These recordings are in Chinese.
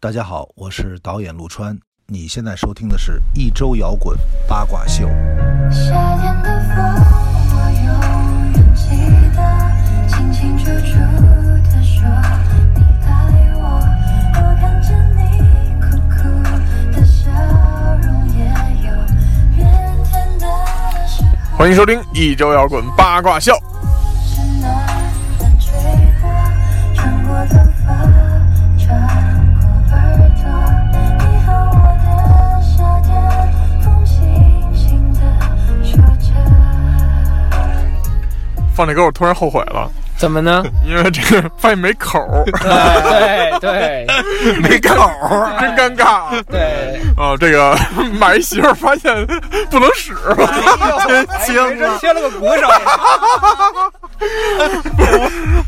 大家好，我是导演陆川。你现在收听的是一周摇滚八卦秀。夏天的风，我永远记得，清清楚楚地说你爱我。我看着你酷酷的笑容，也有腼腆的时候。欢迎收听一周摇滚八卦秀，是暖风吹过，穿过头发，穿过耳朵。你和我的夏天，风轻轻地说着。放这歌我突然后悔了，怎么 呢？因为这个发现没口 儿，对对没口儿，真尴尬啊对对，！ 哦这个买一媳妇儿发现不能使，真缺了个鼓手。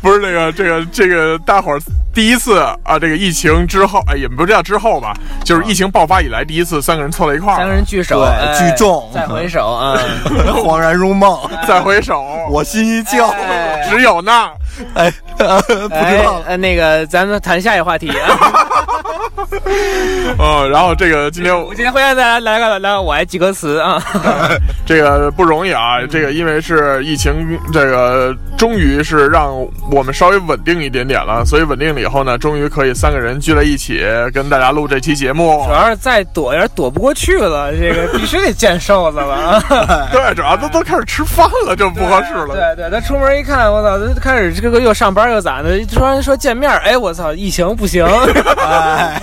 不是这个这个这个大伙儿第一次啊，这个疫情之后，哎，也不叫之后吧，就是疫情爆发以来第一次三个人凑在一块三个儿，人聚首，对哎聚众再回 首啊！ 恍然如梦，再回首，我心一跳，哎只有那哎， 不知哎道，了。呃那个，咱们谈下一话题 啊。嗯，然后这个今天我 我今天会让大家来个来个我爱记歌词 啊。这个不容易啊，嗯这个因为是疫情，这个终于是让我们稍微稳定一点点了，嗯所以稳定了以后呢，终于可以三个人聚在一起跟大家录这期节目主。要是再躲有点躲不过去了，这个 必须得见瘦子了啊！ 对，主要都都开始吃饭了，就不合适了。 对对，他出门一看，我操，他开始这个又上班又咋的？突然说见面，哎，我操，疫情不 行，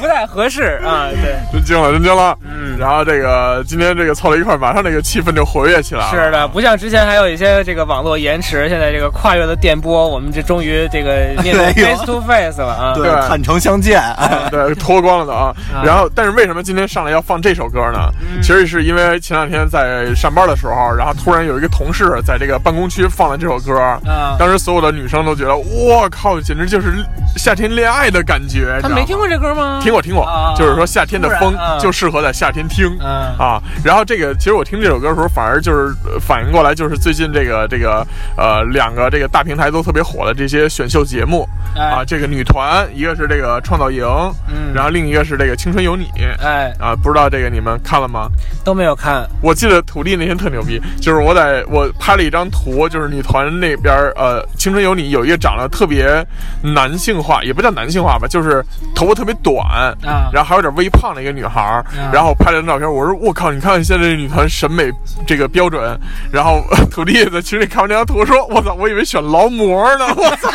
不太合适啊。对，真惊了，真惊了。嗯，然后这个今天这个凑到一块儿，马上这个气氛就活跃起来了。是的，不像之前还有一些这个网络延迟，现在这个跨越的电波，我们这终于 这个面对哎呦 face to face 了啊！对对，坦诚相见，哎 对，脱光了的啊。啊然后，但是为什么今天上来要放这首歌呢？嗯其实是因为前两天在上班的时候，然后突然有一个同事在这个办公区放了这首歌，啊当时所有的女生都觉得，我靠，简直就是夏天恋爱的感觉。你知道他吗没听过这歌吗？听过听过啊，就是说夏天的突风然啊就适合在夏天听嗯啊。然后这个，其实我听这首歌的时候，反而就是呃反应过来，就是最近这个这个呃两个这个大平台都特别火的这些选秀节目哎啊，这个女团，一个是这个创造营，嗯然后另一个是这个青春有你。哎，啊，不知道这个你们看了吗？都没有看，我记得土地那天特牛逼，就是我在我拍了一张图，就是女团那边儿呃，《青春有你》有一个长得特别男性化，也不叫男性化吧，就是头发特别短，啊然后还有点微胖的一个女孩儿，啊然后我拍了张照片，我说我靠，你看现在这女团审美这个标准，然后 呃土地在群里看完这张图说，我操，我以为选劳模呢，我 操，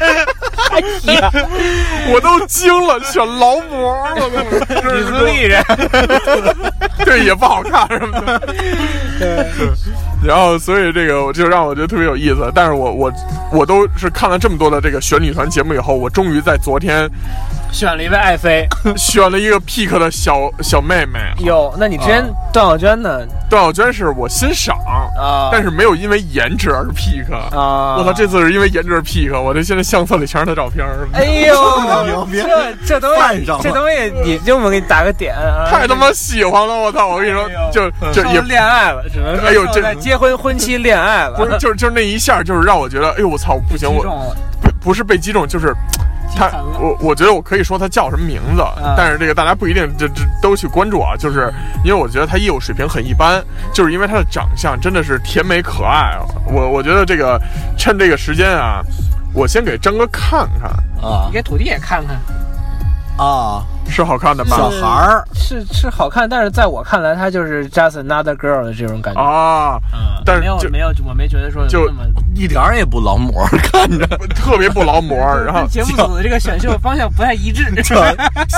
哎 我我都惊了，选劳模了，我操李自力人， 对，也不好看什么 的。 然后，所以这个我就让我觉得特别有意思。但是我我我都是看了这么多的这个选女团节目以后，我终于在昨 天选了一位 爱妃。选了一个 pick 的小小妹妹哟，那你之前段小娟呢？段小娟，是我欣赏，啊，但是没有因为颜值而 pick。啊，我操，这次是因为颜值而 pick，我这现在相册里全是她照片儿，哎呦牛，逼这这东西犯上了这东西，你就我给你打个点啊！太他妈喜欢了！我操，我跟你说哎呦，就就受也恋爱了，只能说哎呦受这在结婚婚期恋爱了，不是，就是就是那一下，就是让我觉得，哎呦，我操，不行，击我中了不不是被击中，就是他击沉，了我我觉得我可以说他叫什么名字，啊但是这个大家不一定就就都去关注啊，就是嗯因为我觉得他业务水平很一般，就是因为他的长相真的是甜美可爱，啊我我觉得这个趁这个时间啊，我先给张哥看看啊你给土地也看看。啊，是好看的小吗？孩儿，是是好看，但是在我看来，她就是 just another girl 的这种感觉。啊，嗯但是没有就没有，我没觉得说有就那么。一点儿也不劳模，看着特别不劳模，然后节目组的这个选秀方向不太 一致。这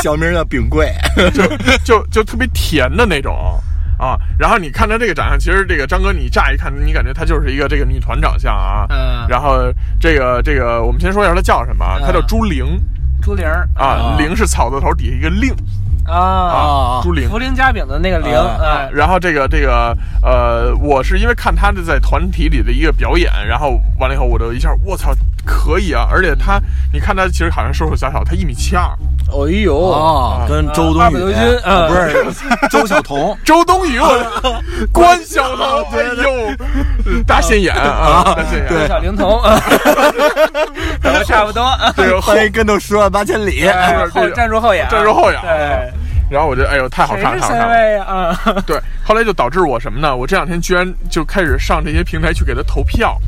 小名叫秉贵，就就特别甜的那种啊。然后你看他这个长相，其实这个张哥你乍一看，你感觉他就是一个这个女团长相啊。嗯然后这个这个，我们先说一下他叫什么啊，嗯他叫朱玲朱玲儿啊，啊玲是草字头底下一个令啊，啊朱玲。哎茯苓夹饼的那个玲啊啊，然后这个这个呃，我是因为看他的在团体里的一个表演，然后完了以后，我就一下，我操，可以啊！而且他，你看他其实好像瘦瘦小小，他一米七二哎呦，哦，跟周冬啊雨八百多斤啊 不是周晓 彤周冬雨，我 关晓彤，哎呦，大现眼 啊，大现眼，小灵童， 啊长得差不多，啊这个后翻一跟头十万八千里，哎后站住后仰，站住后仰对，然后我就哎呦，太好看谁了，是太好塞看了。位呀？啊，对，后来就导致我什么呢？我这两天居然就开始上这些平台去给他投票。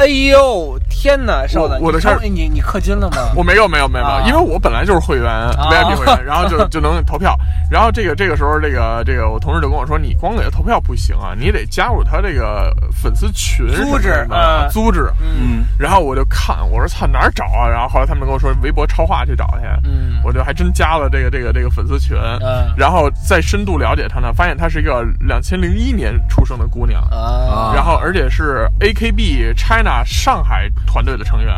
哎呦，天哪，瘦子，我我的你事儿瘦你你氪金了吗？我没有没有没有，没啊有，因为我本来就是会员，VIP 会 员，然后就就能投票。然后这个这个时候，这个这个我同事就跟我说，你光给他投票不行啊，你得加入他这个粉丝群什么的，组织啊嗯组织。嗯，然后我就看，我说操哪儿找啊？然后后来他们跟我说微博超话去找去，嗯我就还真加了这个这个这个粉丝群，嗯然后再深度了解她呢，发现她是一个两千零一年出生的姑娘，啊然后而且是 AKB China 上海团队的成员，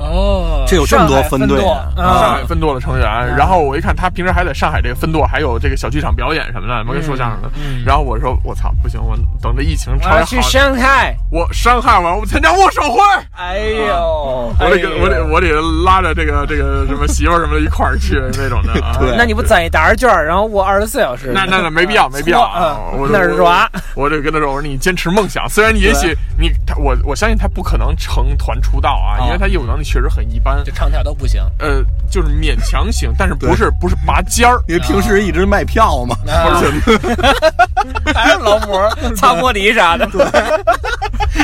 哦，这有这么多分队上啊海分上舵啊海分舵的成员。然后我一看他平时还在上海这个分舵，还有这个小剧场表演什么的，什么跟说相声的。然后我说我操不行，我等这疫情我稍微好要嗯啊去点，上海，我上海玩，我参加握手会。哎呦，我得跟哎呦我得我得拉着这个这个什么媳妇儿什么的一块儿去那种的啊。 对那你不攒一沓券儿，然后我二十四小时？那 那那没必要，没必要啊！搓我嗯 那儿抓，我我就跟他说，我说你坚持梦想，虽然你也许你他我我相信他不可能成团出道啊，啊因为他业务能力确实很一般就，唱跳都不行。呃，就是勉强行，但是不是不是拔尖儿，因为平时一直卖票嘛，啊，还是劳模、 擦玻璃啥的。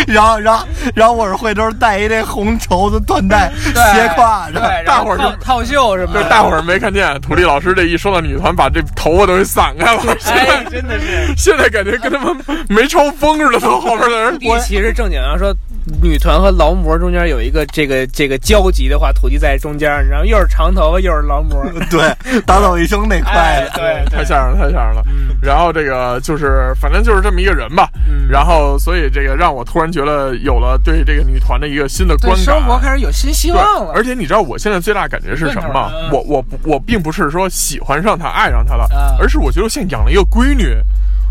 然后然后然后我是会都是带一这红绸子缎带对斜挎对，着， 然后大伙儿就套套袖什么就的。是大伙儿没看见，土地老师这一说到女团，把这头发都给散开了。现在、 哎，真的是。现在感觉跟他们没抽风似的，从后边的人一其实正经要说，女团和劳模中间有一个这个这个交集的话，土地在中间，然后又是长头发，又是劳模。对，打扫卫生那块哎，的，对太对。吓人了，太吓人了。然后这个就是，反正就是这么一个人吧。然后，所以这个让我突然觉得有了对这个女团的一个新的观对感。生活开始有新希对望了，而且你知道我现在最大的感觉是什么吗奔？头我我不我并不是说喜欢上她、爱上她了，啊而是我觉得我像养了一个闺女。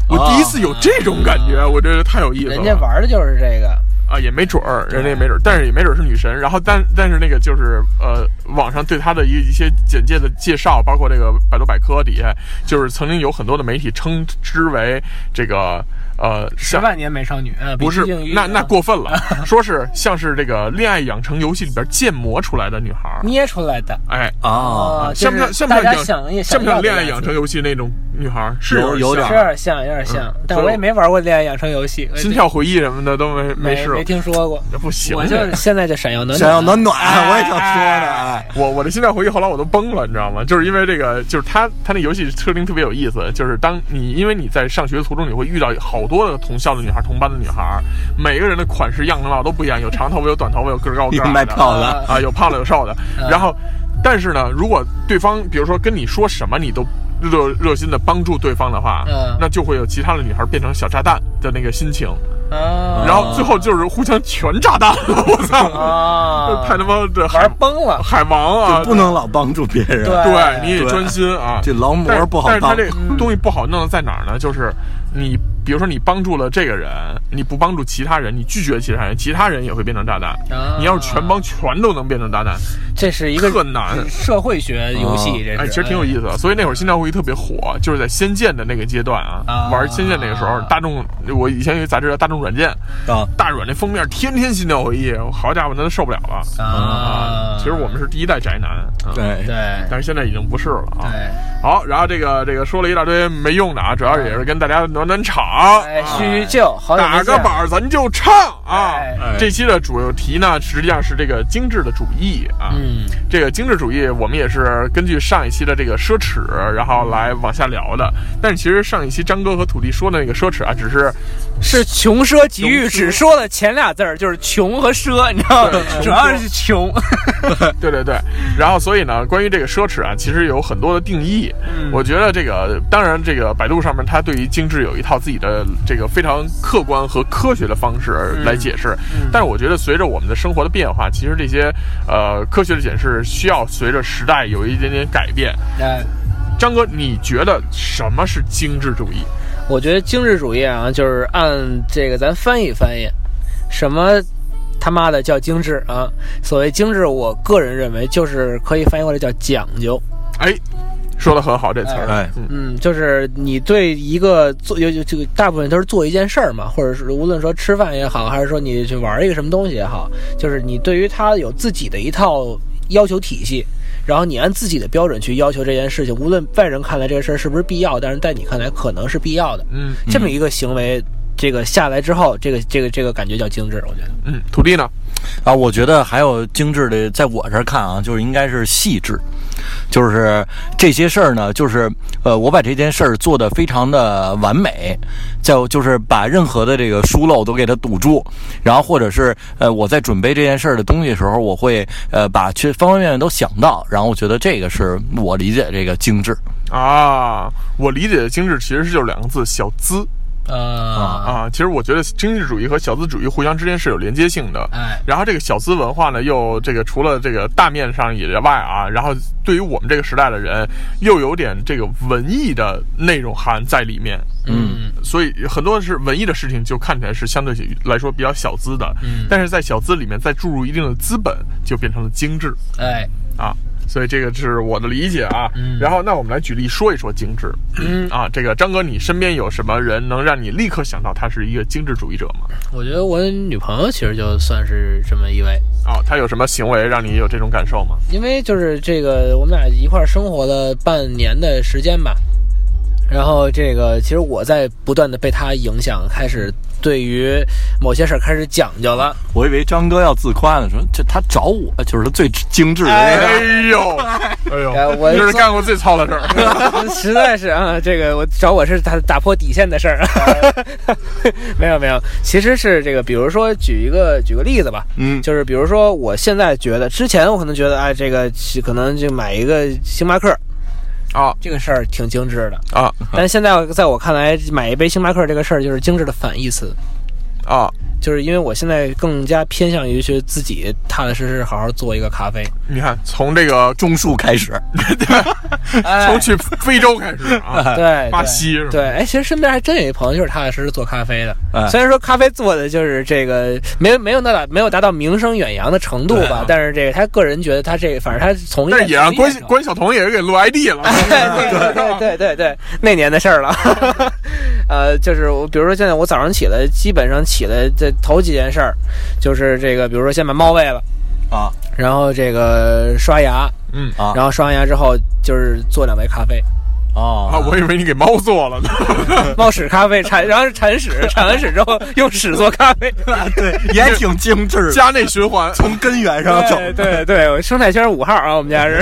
我第一次有这种感觉，我觉得太有意思了。人家玩的就是这个。啊，也没准儿，人家也没准儿，但是也没准儿是女神。然后但但是那个就是呃，网上对她的一一些简介的介绍，包括这个百度百科底下，就是曾经有很多的媒体称之为这个呃十像。万年美少女，呃不是比基尼，那那过分 了，说是像是这个恋爱养成游戏里边建模出来的女孩儿，捏出来的。哎，啊，啊，像不就像是像不大像家养想也像想不要像的恋爱样子养成游戏那种女孩儿？嗯是有有点点是像有点像，有点像，但我也没玩过恋爱养成游戏，心跳回忆什么的都啊没没试没过，听说过。不行，我就这个是现在就闪耀暖想要暖，暖暖， 我也想说呢，哎，我我的心跳回忆后来我都崩了，你知道吗？就是因为这个，就是他他那游戏设定特别有意思，就是当你因为你在上学途中，你会遇到好多的同校的女孩、同班的女孩，每个人的款式样貌都不一样，有长头发，有短头发，有个儿高个 又儿卖矮的，票哎了，啊，有胖的，有瘦的嗯。然后，但是呢，如果对方比如说跟你说什么，你都热热心的帮助对方的话，嗯那就会有其他的女孩变成小炸弹的那个心情，嗯啊然后最后就是互相全炸弹了，我操！啊， 太他妈这海玩崩了，海王啊，就不能老帮助别人，对对，你得对专心啊。这劳模但是不好但是他当，这东西不好弄的在哪儿呢？就是你，比如说你帮助了这个人，你不帮助其他人，你拒绝其他人，其他人也会变成炸弹。啊你要是全帮，全都能变成炸弹，这是一个特难。社会学游啊戏，这是哎，其实挺有意思的，所以那会儿心跳会议特别火，就是在《仙剑》的那个阶段啊，啊玩《仙剑》那个时候，大众我以前有一杂志叫《大众软件》，啊大软那封面天天心跳回忆，好家伙，那都受不了了啊其实我们是第一代宅男，啊，对对但是现在已经不是了啊。对，哎好，然后这个这个说了一大堆没用的啊，主要也是跟大家暖暖场，哎，啊叙叙旧，好久没打个见板儿咱就唱啊哎。这期的主题呢，实际上是这个精致的主义啊。嗯，这个精致主义，我们也是根据上一期的这个奢侈，然后来往下聊的。但是其实上一期张哥和土地说的那个奢侈啊，只是是穷奢极欲，只说了前俩字儿，就是穷和奢，你知道吗对穷？主要是穷， 对对对。然后所以呢，关于这个奢侈啊，其实有很多的定义。我觉得这个，当然这个百度上面它对于精致有一套自己的这个非常客观和科学的方式来解释。但是我觉得随着我们的生活的变化，其实这些呃科学的解释需要随着时代有一点点改变。哎张哥，你觉得什么是精致主义？我觉得精致主义啊，就是按这个咱翻译翻译，什么他妈的叫精致啊？所谓精致，我个人认为就是可以翻译过来叫讲究，哎，说的很好这词儿，哎嗯嗯，就是你对一个做，有有这个大部分都是做一件事儿嘛，或者是无论说吃饭也好，还是说你去玩一个什么东西也好，就是你对于它有自己的一套要求体系，然后你按自己的标准去要求这件事情，无论外人看来这个事儿是不是必要，但是在你看来可能是必要的，嗯这么一个行为，这个下来之后，这个这个这个感觉叫精致，我觉得。嗯，土地呢？啊，我觉得还有精致的，在我这儿看啊，就是应该是细致，就是这些事儿呢，就是呃，我把这件事儿做得非常的完美，叫就是把任何的这个疏漏都给它堵住，然后或者是呃，我在准备这件事儿的东西的时候，我会呃把这方方面面都想到，然后我觉得这个是我理解这个精致。啊，我理解的精致其实是就两个字，小资啊，啊。其实我觉得精致主义和小资主义互相之间是有连接性的。哎，然后这个小资文化呢，又这个除了这个大面上以外啊，然后对于我们这个时代的人，又有点这个文艺的内容含在里面。嗯，所以很多是文艺的事情，就看起来是相对来说比较小资的，嗯但是在小资里面再注入一定的资本，就变成了精致哎，啊。所以这个是我的理解啊。嗯然后那我们来举例说一说精致，嗯啊，这个张哥，你身边有什么人能让你立刻想到他是一个精致主义者吗？我觉得我女朋友其实就算是这么一位。啊，他有什么行为让你有这种感受吗？因为就是这个，我们俩一块儿生活了半年的时间吧。然后这个，其实我在不断的被他影响，开始对于某些事儿开始讲究了。 我以为张哥要自夸呢，说这他找我就是他最精致的那个。哎呦， 哎哎呦，我这是干过最操的事 儿。实在是啊，这个我找我是打打破底线的事儿。 没有没有，其实是这个，比如说举一个举个例子吧，嗯就是比如说我现在觉得，之前我可能觉得，哎，这个可能就买一个星巴克啊这个事儿挺精致的，啊但现在在我看来，买一杯星巴克这个事儿就是精致的反义词，啊，就是因为我现在更加偏向于去自己踏踏实实好好做一个咖 啡。你看，从这个种树开始，哎从去非洲开始啊，对，巴对西是吧？对，哎，其实身边还真有一朋友就是踏踏实实做咖啡的，哎虽然说咖啡做的就是这个没没有那达没有达到名声远扬的程度吧，但是这个他个人觉得他这个反正他从业但是也让从业关者关晓彤也给录 ID 了，哎对对对对对，那年的事儿了。呃，就是我，比如说现在我早上起来，基本上起来这头几件事儿，就是这个，比如说先把猫喂了，啊然后这个刷牙，嗯啊然后刷完牙之后就是做两杯咖啡，哦啊，我以为你给猫做 了呢。猫屎咖啡铲，然后是铲屎，铲完屎之后用屎做咖啡。对， 也挺精致的，家内循环，哎从根源上走。对对对，我生态圈五号啊，我们家 是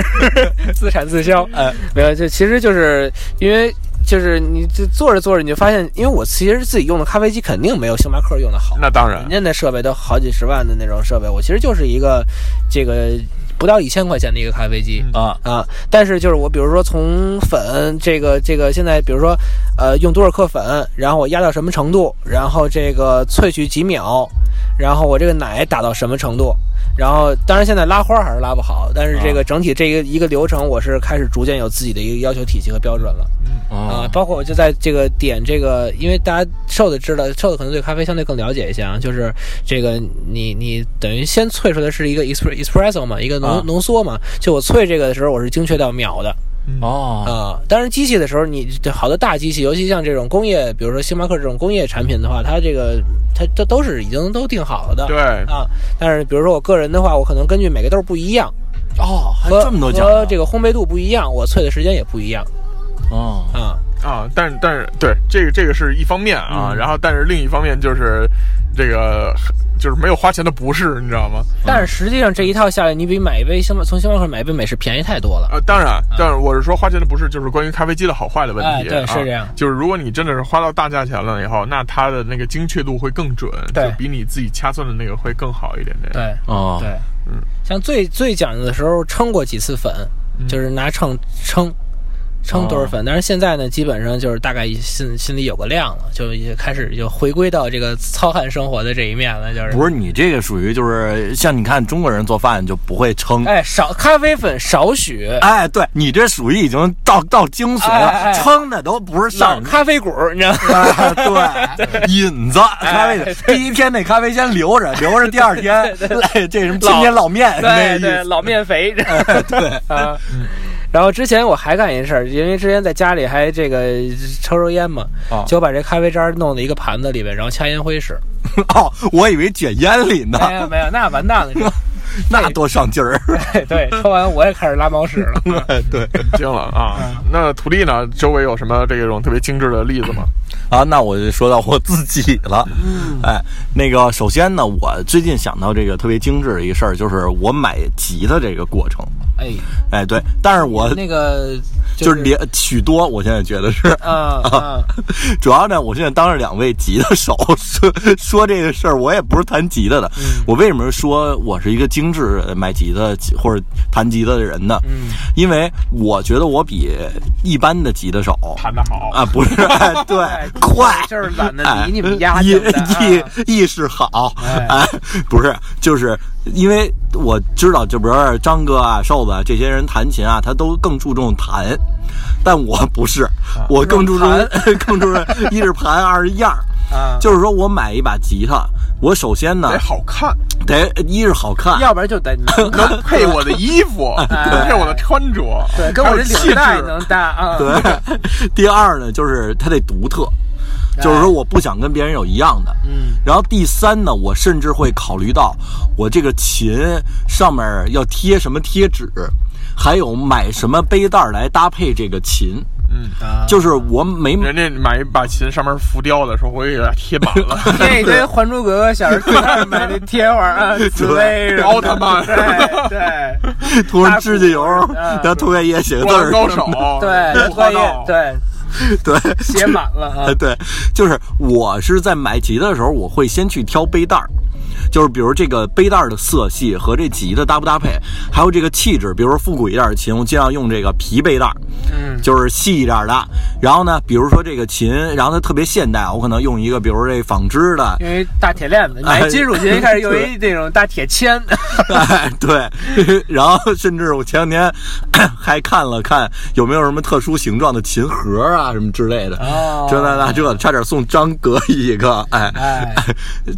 自产自销。呃哎没有，就其实就是因为就是你这做着做着你就发现，因为我其实自己用的咖啡机肯定没有星巴克用的好，那当然人家那设备都好几十万的那种设备，我其实就是一个这个不到一千块钱的一个咖啡机。嗯啊，啊，但是就是我，比如说从粉这个这个，现在比如说，呃，用多少克粉，然后我压到什么程度，然后这个萃取几秒，然后我这个奶打到什么程度，然后当然现在拉花还是拉不好，但是这个整体这一个一个流程，我是开始逐渐有自己的一个要求体系和标准了哦啊，包括我就在这个点这个，因为大家瘦的知道，瘦的可能对咖啡相对更了解一些啊，就是这个你你等于先萃出来是一个 espre- espresso 嘛，一个浓、啊浓缩嘛，就我萃这个的时候我是精确到秒的。哦，啊、当然机器的时候你，这好多大机器，尤其像这种工业，比如说星巴克这种工业产品的话，它这个它都都是已经都定好了的。对，啊，但是比如说我个人的话，我可能根据每个豆儿不一样，哦，还和这么多讲和究，这个烘焙度不一样，我萃的时间也不一样哦，啊。啊，但是但是对这个这个是一方面啊，嗯然后但是另一方面就是这个就是没有花钱的不是，你知道吗？但是实际上这一套下来，你比买一杯星巴从星巴克买一杯美式便宜太多了。嗯啊，当然，但是我是说花钱的不是，就是关于咖啡机的好坏的问嗯哎题。对啊是这样就是如果你真的是花到大价钱了以后，那它的那个精确度会更准，对就比你自己掐算的那个会更好一点点。对哦，对，嗯，像啊最最讲究的时候称过几次粉，嗯就是拿秤称。称多少哦粉？但是现在呢，基本上就是大概心心里有个量了，就也开始就回归到这个糙汉生活的这一面了，就是不是你这个属于就是像你看中国人做饭就不会称。哎少咖啡粉少许，哎，对你这属于已经到到精髓了，哎哎哎称的都不是老上咖啡骨，你知道吗？ 哎 对，引子咖啡粉，第一天那咖啡先留着，留着第二 天，哎，这什么今天老面对那意 对， 思，老面肥，对啊。然后之前我还干一事儿，因为之前在家里还这个抽抽烟嘛，啊就把这咖啡渣弄到一个盘子里边，然后掐烟灰使。哎哦，我以为卷烟里呢，没有没有，那完蛋了，这哎那多上劲儿。啊对对，抽完我也开始拉猫屎了。对惊了啊！嗯那土地呢？周围有什么这种特别精致的例子吗？啊，那我就说到我自己了。哎，那个首先呢，我最近想到这个特别精致的一个事儿，就是我买吉他这个过程。哎，哎，对，但是我那个就是是连许多，我现在觉得是， 啊啊，主要呢，我现在当着两位吉他手 说说这个事儿，我也不是弹吉他的。我为什么说我是一个精致买吉他或者弹吉他的人呢？因为我觉得我比一般的吉他手谈得好，啊，不是，哎 对哎，快，就是懒得哎理你们丫 意的啊。意意识好，哎哎，不是，就是因为我知道，就比如说张哥啊、瘦子啊这些人弹琴啊，他都更注重弹，但我不是，啊我更注重 更注重一是盘，二是样儿。啊就是说我买一把吉他，我首先呢哎得哎好看，得一是好看，啊要不然就得能配我的衣服，能配我的穿着，哎对，跟我这还有气质领带能搭啊。 对，第二呢就是它得独特，就是说我不想跟别人有一样的。哎嗯，然后第三呢，我甚至会考虑到我这个琴上面要贴什么贴纸，还有买什么背带来搭配这个琴。嗯，啊就是我每 人家买一把琴，上面浮雕的，说我给它贴满了， 贴一堆《还珠格格》小时候在买的贴画啊，紫薇什么的奥特曼对对涂上指甲油，嗯然后涂上液写个灌字篮啊儿，高手，对，胡花专道业，对对。写满了啊呃啊，。 对，就是我是在买吉他的时候，我会先去挑背带儿，就是比如这个背带儿的色系和这吉他搭不搭配，还有这个气质，比如说复古一点儿的琴，我尽量用这个皮背带儿，嗯就是细一点儿的。然后呢，比如说这个琴，然后它特别现代，我可能用一个，比如说这纺织的，因为大铁链子，你哎还金属琴开始用一那种大铁签，哎， 对，然后甚至我前两天 还看了看有没有什么特殊形状的琴盒啊，什么之类的，哦这那那这的，差点送张哥一个，哎，哎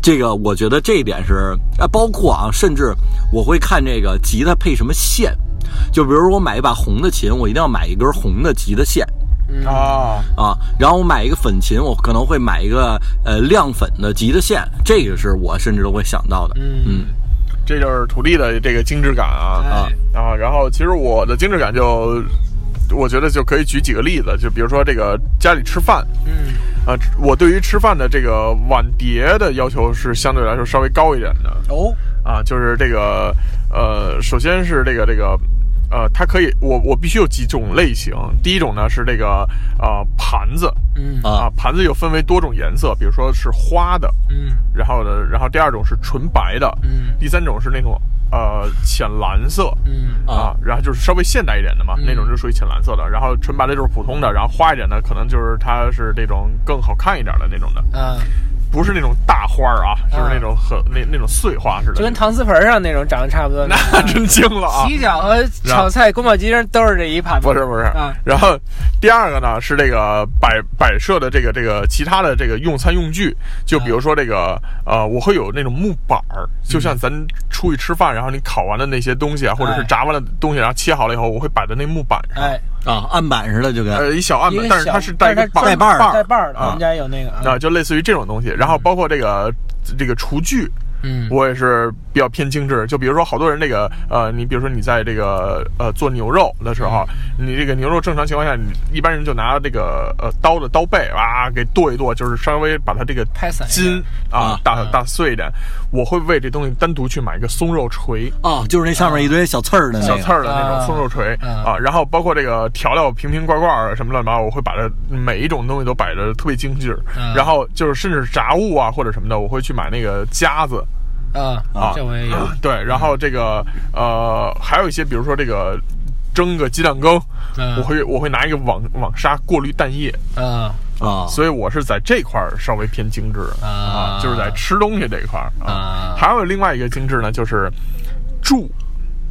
这个我觉得这一点是，啊，包括啊，甚至我会看这个吉他配什么线，就比如说我买一把红的琴，我一定要买一根红的吉他线，啊，啊，然后我买一个粉琴，我可能会买一个呃亮粉的吉他线，这个是我甚至都会想到的。嗯这就是土地的这个精致感啊啊啊！然后其实我的精致感就，我觉得就可以举几个例子，就比如说这个家里吃饭，嗯啊，我对于吃饭的这个碗碟的要求是相对来说稍微高一点的哦啊，就是这个呃，首先是这个这个呃，它可以我我必须有几种类型，第一种呢是这个呃盘子嗯啊啊，盘子又分为多种颜色，比如说是花的，嗯然后呢，然后第二种是纯白的，嗯第三种是那种呃浅蓝色，嗯啊啊，然后就是稍微现代一点的嘛，那种就属于浅蓝色的，然后纯白的就是普通的，然后花一点的可能就是它是那种更好看一点的那种的，啊，不是那种大花儿啊，就是那种很那那种碎花似的，就跟搪瓷盆上那种长得差不多。那 真惊了啊！洗脚和炒菜、宫保鸡丁都是这一盘子。不是不是啊，然后第二个呢是这个摆摆设的这个这个其他的这个用餐用具，就比如说这个呃，我会有那种木板儿，就像咱出去吃饭，然后你烤完的那些东西啊，或者是哎炸完的东西，然后切好了以后，我会摆在那木板上，哎，啊，案板似的就跟呃，一小案一板个，但是小它是带一个但是它带把儿带把儿的，啊我们家有那个啊啊，。就类似于这种东西。然后包括这个这个厨具，嗯我也是比较偏精致。就比如说好多人这个呃，你比如说你在这个呃做牛肉的时候，嗯你这个牛肉正常情况下，你一般人就拿这个呃刀的刀背哇、给剁一剁，就是稍微把它这个拍散一筋点啊啊打打碎一点。我会为这东西单独去买一个松肉锤。哦，就是那上面一堆小刺儿的那小个刺儿的那种松肉锤哎啊啊，然后包括这个调料瓶瓶罐罐儿什么乱七八糟，我会把它每一种东西都摆的特别精致啊，然后就是甚至炸物啊或者什么的，我会去买那个夹子。啊啊，这我也有。 对，然后这个呃，还有一些，比如说这个蒸个鸡蛋羹，嗯我会我会拿一个网网纱过滤蛋液，啊啊，所以我是在这块儿稍微偏精致啊就是在吃东西这一块儿啊还有另外一个精致呢，就是住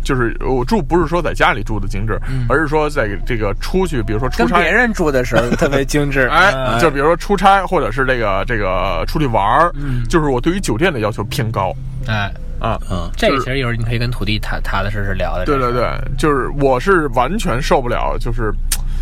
就是我住不是说在家里住的精致，而是说在这个出去，比如说出嗯跟差别，人住的时候特别精致，啊哎，就比如说出差或者是这个这个出去玩儿，嗯就是我对于酒店的要求偏高哎，啊。嗯，这个其实一会儿你可以跟土地踏踏踏实实聊的。对对，对，就是我是完全受不了，就是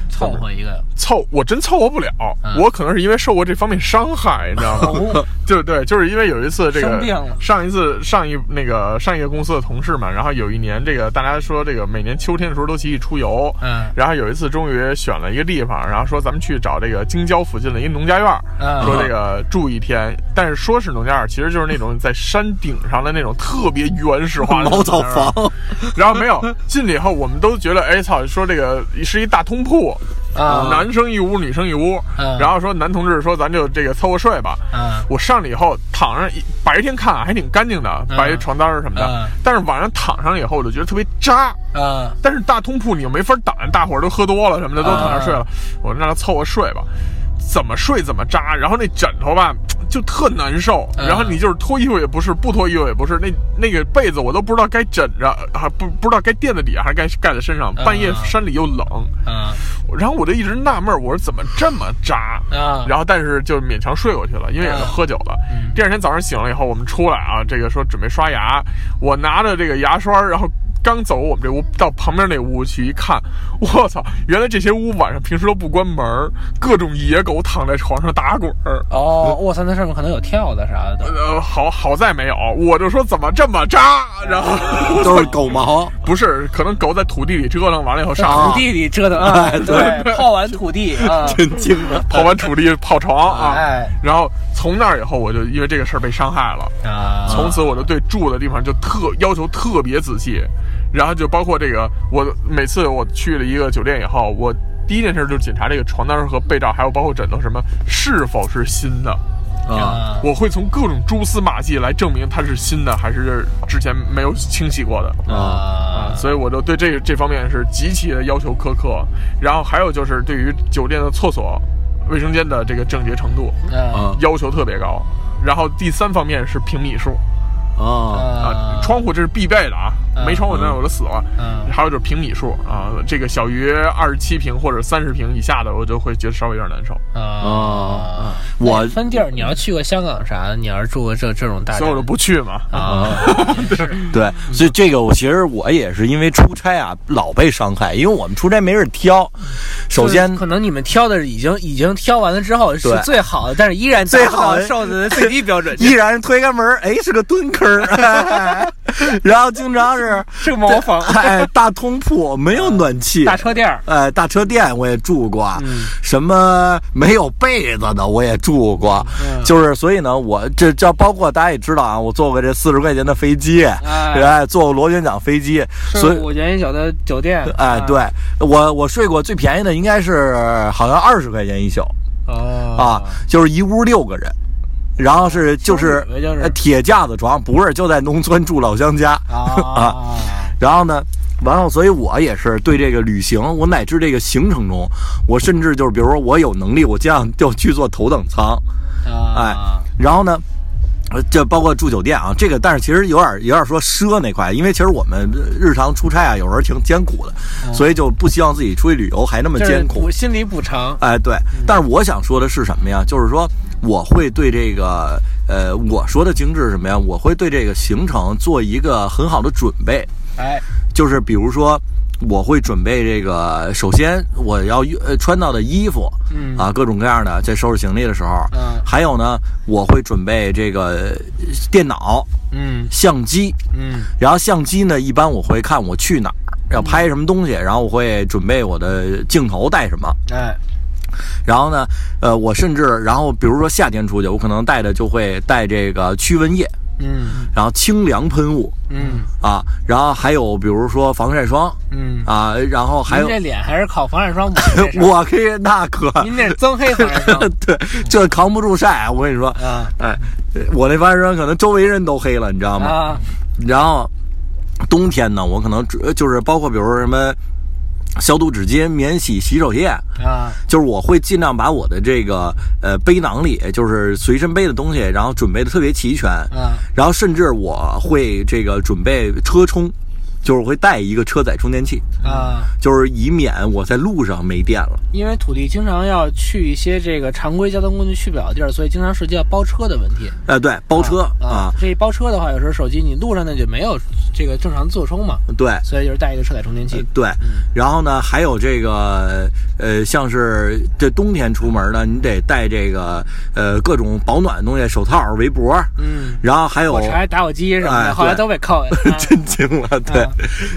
凑合一 个，凑，我真凑合不了。嗯我可能是因为受过这方面伤害，你知道 吗？对对，就是因为有一次这生个病了上一次上一那个上一个公司的同事嘛，然后有一年这个大家说这个每年秋天的时候都集体出游，嗯然后有一次终于选了一个地方，然后说咱们去找这个京郊附近的一个农家院儿，嗯说这个住一天，但是说是农家院儿，其实就是那种在山顶上的那种特别原始 化的茅草农家院儿房， 然后没有进去以后，我们都觉得，哎操，说这个是一大通铺，啊男生一屋，女生一屋，嗯然后说男同志说咱就这个凑合睡吧。嗯我上了以后躺上一，白天看啊还挺干净的，嗯白床单儿什么的，嗯但是晚上躺上以后我就觉得特别扎。啊但是大通铺你又没法挡，大伙儿都喝多了什么的，都躺那儿睡了。我让他凑合睡吧，怎么睡怎么扎，然后那枕头吧就特难受，嗯然后你就是脱衣服也不是，不脱衣服也不是，那那个被子我都不知道该枕着，还不不知道该垫在底下还是该盖在身上。嗯半夜山里又冷，啊然后我就一直纳闷儿，我说怎么这么扎？啊，然后但是就勉强睡过去了，因为也是喝酒了。嗯第二天早上醒了以后，我们出来啊，这个说准备刷牙，我拿着这个牙刷，然后刚走我们这屋到旁边那屋去一看，我操，原来这些屋晚上平时都不关门儿，各种野狗躺在床上打滚儿。哦，我操，那上面可能有跳的啥的都。呃，好好在没有，我就说怎么这么扎，然后都是狗毛， 不是，可能狗在土地里折腾完了以后上土地里折腾啊，对， 泡完土地 啊，真精啊！跑完土地泡床啊，哎，然后从那儿以后我就因为这个事儿被伤害了。啊，从此我就对住的地方就特要求特别仔细，然后就包括这个，我每次我去了一个酒店以后，我第一件事就是检查这个床单和被罩，还有包括枕头什么是否是新的。啊，我会从各种蛛丝马迹来证明它是新的还是之前没有清洗过的。啊，所以我就对这这方面是极其的要求苛刻，然后还有就是对于酒店的厕所、卫生间的这个整洁程度啊啊要求特别高，然后第三方面是平米数，啊！啊，啊，窗户这是必备的啊，嗯没窗户那我就死了。嗯还有就是平米数啊，这个小于二十七平或者三十平以下的，我就会觉得稍微有点难受，啊，啊哎我分地儿，你要去过香港啥的，你要是住过这这种大，所以我就不去嘛。啊， 对，所以这个我其实我也是因为出差啊，老被伤害，因为我们出差没人挑。首先就是，可能你们挑的已经已经挑完了之后是对最好的，但是依然达最不好到的，瘦子的最低标准 依然推开门，哎，是个蹲坑儿， 然后经常是这个茅 房哎大通铺没有暖气， 大车店儿呃，大车店我也住过，啊嗯什么没有被子的我也住过，嗯就是所以呢，我这这包括大家也知道啊，我坐过这四十块钱的飞机，哎，坐过螺旋桨飞机，所是嗯以五元一宿的酒店，啊哎，对我我睡过最便宜的应该是好像二十块钱一宿哦，啊，就是一屋六个人。然后是就是情侣呗就是呃铁架子床，不是就在农村住老乡家啊，然后呢，完后，所以我也是对这个旅行，我乃至这个行程中，我甚至就是，比如说我有能力，我尽量就去坐头等舱，啊哎，然后呢。呃这包括住酒店啊，这个但是其实有点有点说奢那块，因为其实我们日常出差啊，有时候挺艰苦的，所以就不希望自己出去旅游还那嗯么就是艰苦补。心理补偿，哎，对，但是我想说的是什么呀？就是说，我会对这个，呃，我说的精致是什么呀？我会对这个行程做一个很好的准备。哎，就是比如说，我会准备这个，首先我要呃穿到的衣服，嗯啊，各种各样的，在收拾行李的时候，嗯还有呢，我会准备这个呃电脑、嗯相机，嗯然后相机呢，一般我会看我去哪儿。要拍什么东西，然后我会准备我的镜头带什么，哎，然后呢，呃，我甚至然后比如说夏天出去，我可能带的就会带这个驱蚊液，嗯然后清凉喷雾嗯啊，然后还有比如说防晒霜嗯，啊，然后还您有这脸还是靠防晒 霜补这事儿，我可以那可您那是增黑防晒霜 对，这扛不住晒，我跟你说，啊哎，我那防晒霜可能周围人都黑了，你知道吗？啊，然后冬天呢，我可能只就是包括比如说什么消毒纸巾、免洗洗手液。啊，就是我会尽量把我的这个呃背囊里，就是随身背的东西，然后准备的特别齐全，嗯然后甚至我会这个准备车充，就是我会带一个车载充电器，啊，就是以免我在路上没电了。因为土地经常要去一些这个常规交通工具去不了的地儿，所以经常涉及到包车的问题。哎，对，包车啊啊，，这一包车的话，有时候手机你路上呢就没有这个正常座充嘛，对，所以就是带一个车载充电器。对，嗯然后呢，还有这个呃，像是这冬天出门呢，你得带这个呃各种保暖的东西，手套、围脖，嗯，然后还有火 柴、打火机什么呃哦哎的，后来对都被扣了。啊震惊了，对。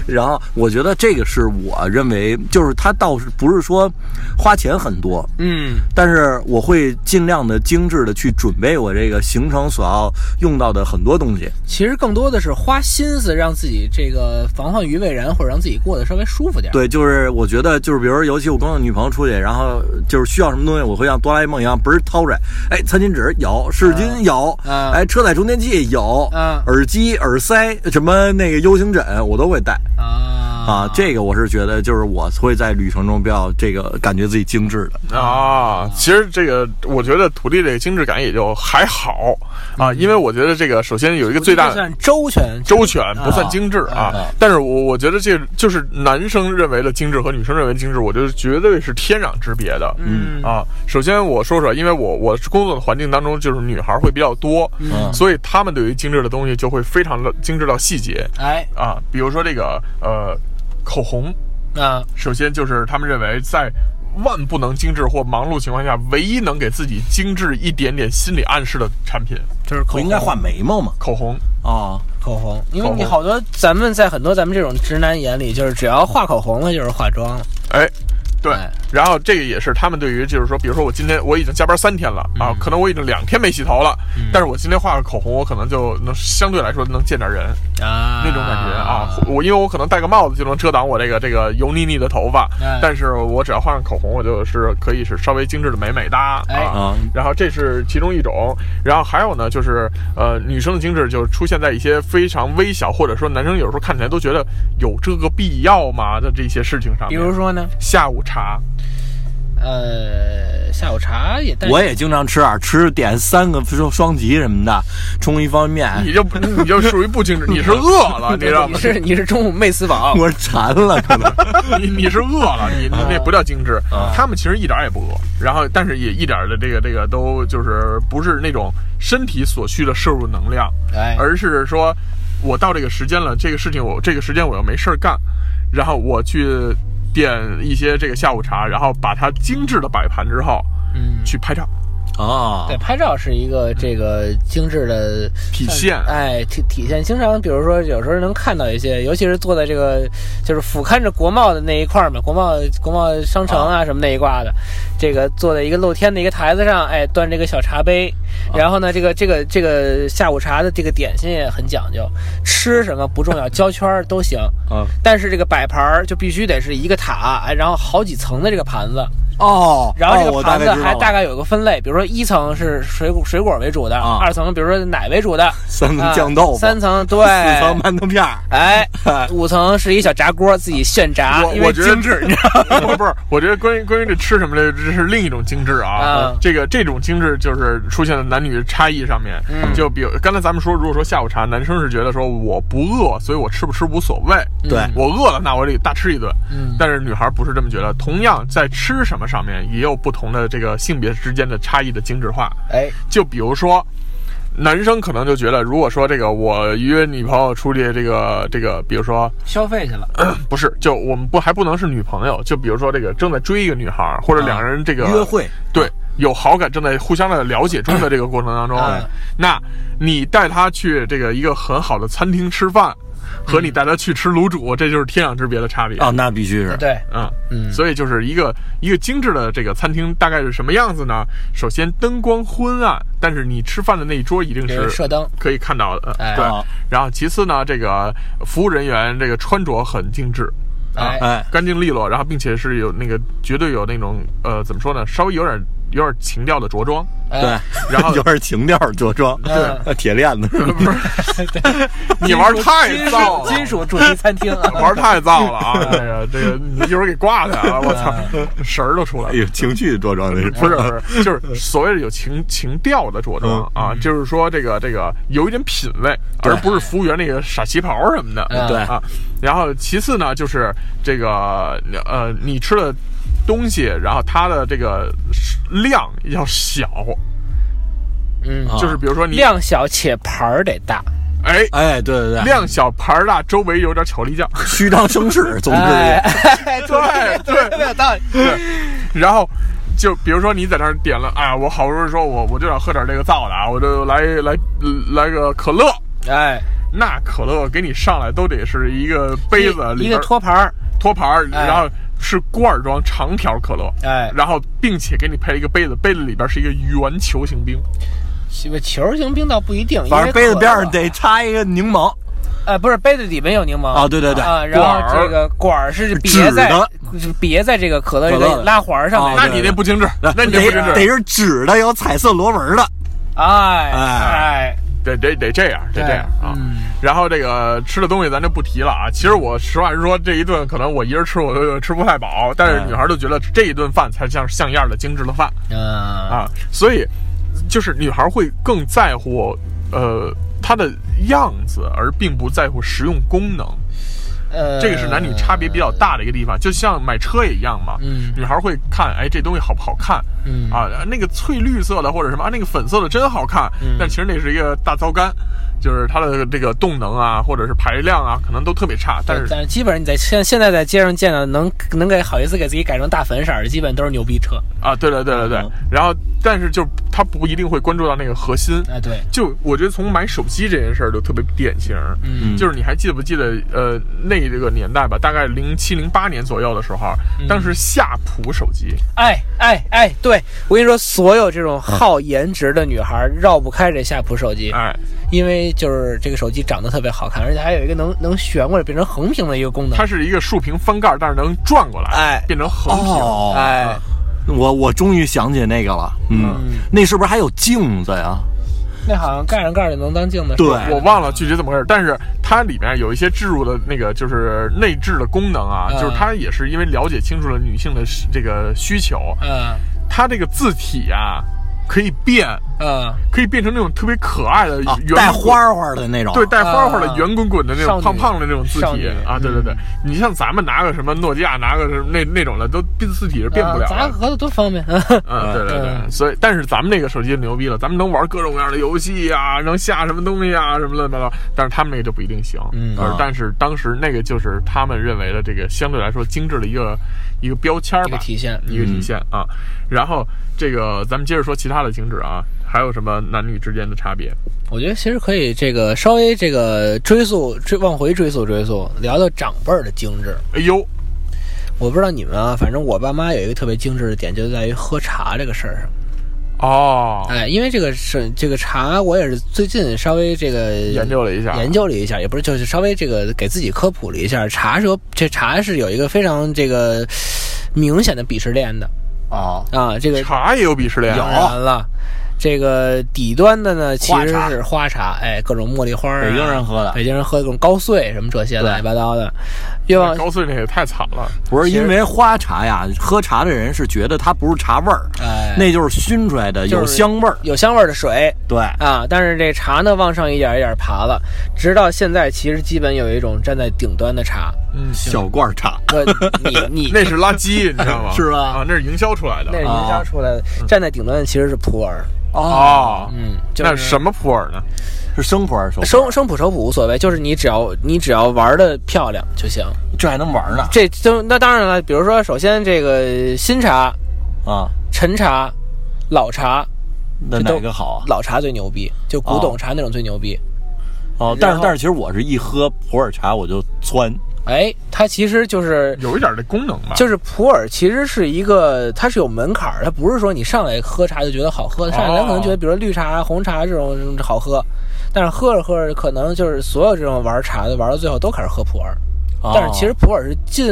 然后我觉得这个是我认为，就是它倒是不是说花钱很多， 嗯，但是我会尽量的精致的去准备我这个行程所要用到的很多东西。其实更多的是花心思让自己这个防患于未然，或者让自己过得稍微舒服点。，对，就是我觉得就是，比如说尤其我跟我女朋友出去，然后就是需要什么东西，我会像哆啦 A 梦一样，不是掏出来，哎，餐巾纸有，湿巾有，啊哎，车载充电器有，啊耳机、耳塞什么那个 U 型枕我都会带啊啊。这个我是觉得就是我会在旅程中比较这个感觉自己精致的，啊，其实这个我觉得土地这个精致感也就还好啊，嗯因为我觉得这个首先有一个最大的。这算周全。周全不算精致啊，但是我我觉得这就是男生认为的精致和女生认为的精致，我觉得绝对是天壤之别的。嗯啊，首先我说说，因为我我工作的环境当中就是女孩会比较多，嗯所以她们对于精致的东西就会非常的精致到细节哎啊，比如说这个呃口红，啊，首先就是他们认为在万不能精致或忙碌情况下，唯一能给自己精致一点点心理暗示的产品，就是口我红应该画眉毛嘛？口红。啊，口红，因为口红你好多咱们在很多咱们这种直男眼里，就是只要画口红了就是化妆了。哎，对哎，然后这个也是他们对于就是说，比如说我今天我已经加班三天了嗯啊，可能我已经两天没洗头了，但是我今天画个口红，我可能就能相对来说能见点人啊那种感觉啊。我因为我可能戴个帽子就能遮挡我这个这个油腻腻的头发哎，但是我只要画上口红，我就是可以是稍微精致的美美哒哎啊啊。然后这是其中一种，然后还有呢，就是呃，女生的精致就出现在一些非常微小，或者说男生有时候看起来都觉得有这个必要吗的这些事情上面，比如说呢，下午茶。呃，下午茶也带，我也经常吃啊，吃点三个双双极什么的，冲一方便面嗯你。就不你就属于不精致，你是饿了，你知道你 吗？是你是中午没死饱，我馋了，可能你你是饿了，你你那不叫精致。啊他们其实一点儿也不饿，然后但是也一点儿的这个这个都就是不是那种身体所需的摄入能量，哎，而是说我到这个时间了，这个事情我这个时间我又没事儿干，然后我去点一些这个下午茶，然后把它精致的摆盘之后嗯，去拍照啊 对，，拍照是一个这个精致的体现。啊哎，体体现经常，比如说有时候能看到一些，尤其是坐在这个就是俯瞰着国贸的那一块儿嘛，国贸国贸商城啊什么那一挂的，这个坐在一个露天的一个台子上，哎，端着一个小茶杯，啊然后呢，这个这个这个下午茶的这个点心也很讲究，吃什么不重 要，胶圈儿都行，啊但是这个摆盘儿就必须得是一个塔，哎，然后好几层的这个盘子，哦，然后这哦个我盘概子知道还了大概有个分类，比如说一层是水果水果为主的，啊二层比如说奶为 主的，三层啊酱豆腐，三层对，四层馒头片儿，哎，五层是一小炸锅，自己现炸，我因为我觉得精致，你知道不 是不是，我觉得关于关于这吃什么的，这是另一种精致啊。嗯这个这种精致就是出现在男女差异上面。嗯就比如刚才咱们说，如果说下午茶，男生是觉得说我不饿，所以我吃不吃无所谓。对我饿了，那我得大吃一顿。嗯但是女孩不是这么觉得。同样在吃什么上面，也有不同的这个性别之间的差异的精致化。哎，就比如说，男生可能就觉得，如果说这个我约女朋友出去，这个这个，比如说消费去了，不是，就我们不还不能是女朋友，就比如说这个正在追一个女孩儿，或者两人这个、约，会对，有好感，正在互相的了解中的这个过程当中，嗯那你带她去这个一个很好的餐厅吃饭，和你带她去吃卤煮，这就是天壤之别的差别。啊，那必须是对，嗯，嗯所以就是一个一个精致的这个餐厅大概是什么样子呢？首先灯光昏暗，但是你吃饭的那一桌一定这是是射灯，可以看到的，哎对啊。然后其次呢，这个服务人员这个穿着很精致，哎，哎，干净利落，然后并且是有那个绝对有那种呃怎么说呢，稍微有点有点情调的着装，对，然 后就是情调着装， 嗯呃铁链子是吧？你玩太燥了，金属主题餐厅啊， 玩太燥 了啊！这个这个，你一会儿给挂下啊！我操，神儿都出来哎了。呦，情趣着装那是不是不是，就是所谓的有情情调的着装啊，嗯就是说这个这个有一点品味，而不是服务员那个傻旗袍什么的。嗯对啊，然后其次呢，就是这个呃，你吃的东西，然后它的这个量要小，嗯，啊就是比如说你量小且盘儿得 大，哎。哎，对对 对，量小盘儿大，周围有点巧克力酱。虚张声势，总之哎， 对对，没有道理，然后就比如说你在那儿点了，哎呀，我好不容易说我我就想喝点这个燥的啊，我就来来来个可乐。哎，那可乐给你上来都得是一个杯子一里一边个托盘儿，托盘儿，哎然后是罐装长条可乐，哎然后并且给你配了一个杯子，杯子里边是一个圆球形冰，什么球形冰倒不一定，因反为正杯子边上可乐得插一个柠檬呃，不是杯子里面有柠檬啊，对对对，啊，然后这个管儿是别在是别在这个可乐这可乐个的拉环儿上面哦那对的，你那不精致，那你那不精得得致，是纸的，有彩色螺纹的，哎哎哎，得得得这样，得这样啊。然后这个吃的东西咱就不提了啊。其实我实话实说，这一顿可能我一人吃我都吃不太饱，但是哎女孩都觉得这一顿饭才像像样的精致的饭。嗯，啊，所以就是女孩会更在乎呃她的样子，而并不在乎实用功能。呃，这个是男女差别比较大的一个地方，就像买车也一样嘛。嗯女孩会看，哎，这东西好不好看？嗯啊，那个翠绿色的或者什么，啊，那个粉色的真好看。嗯但其实那是一个大糟干，就是它的这个动能啊，或者是排量啊，可能都特别差。但是但是基本上你在现现在在街上见到能能给好意思给自己改成大粉色儿的，基本都是牛逼车。啊，对对对对对。嗯然后，但是就她不一定会关注到那个核心。哎，对，就我觉得从买手机这件事儿就特别典型，嗯就是你还记不记得呃那一个年代吧，大概零七零八年左右的时候，嗯当时夏普手机，哎哎哎，对我跟你说，所有这嗯种好颜值的女孩儿绕不开这夏普手机，哎，因为就是这个手机长得特别好看，而且还有一个能能旋过来变成横屏的一个功能它。是一个竖屏翻盖，但是能转过来，哎变成横屏，哦，啊哎，我我终于想起那个了，嗯，那是不是还有镜子呀？那好像盖上盖儿就能当镜子。对是吧我忘了具体怎么回事，但是它里面有一些置入的那个就是内置的功能啊，嗯就是它也是因为了解清楚了女性的这个需求，嗯它这个字体啊可以变，嗯，可以变成那种特别可爱的哦啊圆，带滚花花的那种，对，带花花的啊圆滚滚的那种少胖女胖的那种字少体女嗯啊，对对对，你像咱们拿个什么诺基亚，拿个什么那那种的，都字体是变不了啊砸个的。盒子多方便。 嗯，对对对，嗯所以但是咱们那个手机就牛逼了，咱们能玩各种各样的游戏呀、能下什么东西啊，什么乱七八糟。但是他们那个就不一定行，嗯而啊但是当时那个就是他们认为的这个相对来说精致的一个一个标签儿一个吧，体现。嗯一个体现啊。然后这个咱们接着说其他的精致啊，还有什么男女之间的差别？我觉得其实可以这个稍微这个追溯追往回追溯追溯，聊聊长辈儿的精致。哎呦，我不知道你们啊，反正我爸妈有一个特别精致的点，就在于喝茶这个事儿上。哦，哎，因为这个是这个茶，我也是最近稍微这个研究了一下，研究了一下，也不是就是稍微这个给自己科普了一下，茶是有这茶是有一个非常这个明显的鄙视链的啊，啊，这个茶也有鄙视链，当然了。这个底端的呢，其花实茶是花茶，哎，各种茉莉花、啊，北京人喝的北京人喝各种高碎什么这些乱七八糟的，越往哎高碎那也太惨了，不是因为花茶呀，喝茶的人是觉得它不是茶味儿，哎那就是熏出来的，就是有香味儿。有香味儿的水对，啊，但是这茶呢往上一点一点爬了，直到现在其实基本有一种站在顶端的茶。嗯，小罐茶，我你 你那是垃圾，你知 道吗？是吧啊，那是营销出来的那是营哦销出来的，嗯站在顶端的其实是普洱，哦，嗯，就那是是什么普洱呢？是生普洱手，生生普熟普无所谓，就是你只要你只要玩的漂亮就行。这还能玩呢这就那当然了，比如说首先这个新茶、啊？陈茶、老茶，那这都哪个好啊？老茶最牛逼，就古董茶那种最牛逼。哦，但然是后但是其实我是一喝普洱茶我就窜，哎，它其实就是有一点这功能吧，就是普洱，其实是一个它是有门槛儿，它不是说你上来喝茶就觉得好喝，上来咱可能觉得比如说绿茶、红茶这种好喝，但是喝着喝着，可能就是所有这种玩茶的玩到最后都开始喝普洱，哦但是其实普洱是近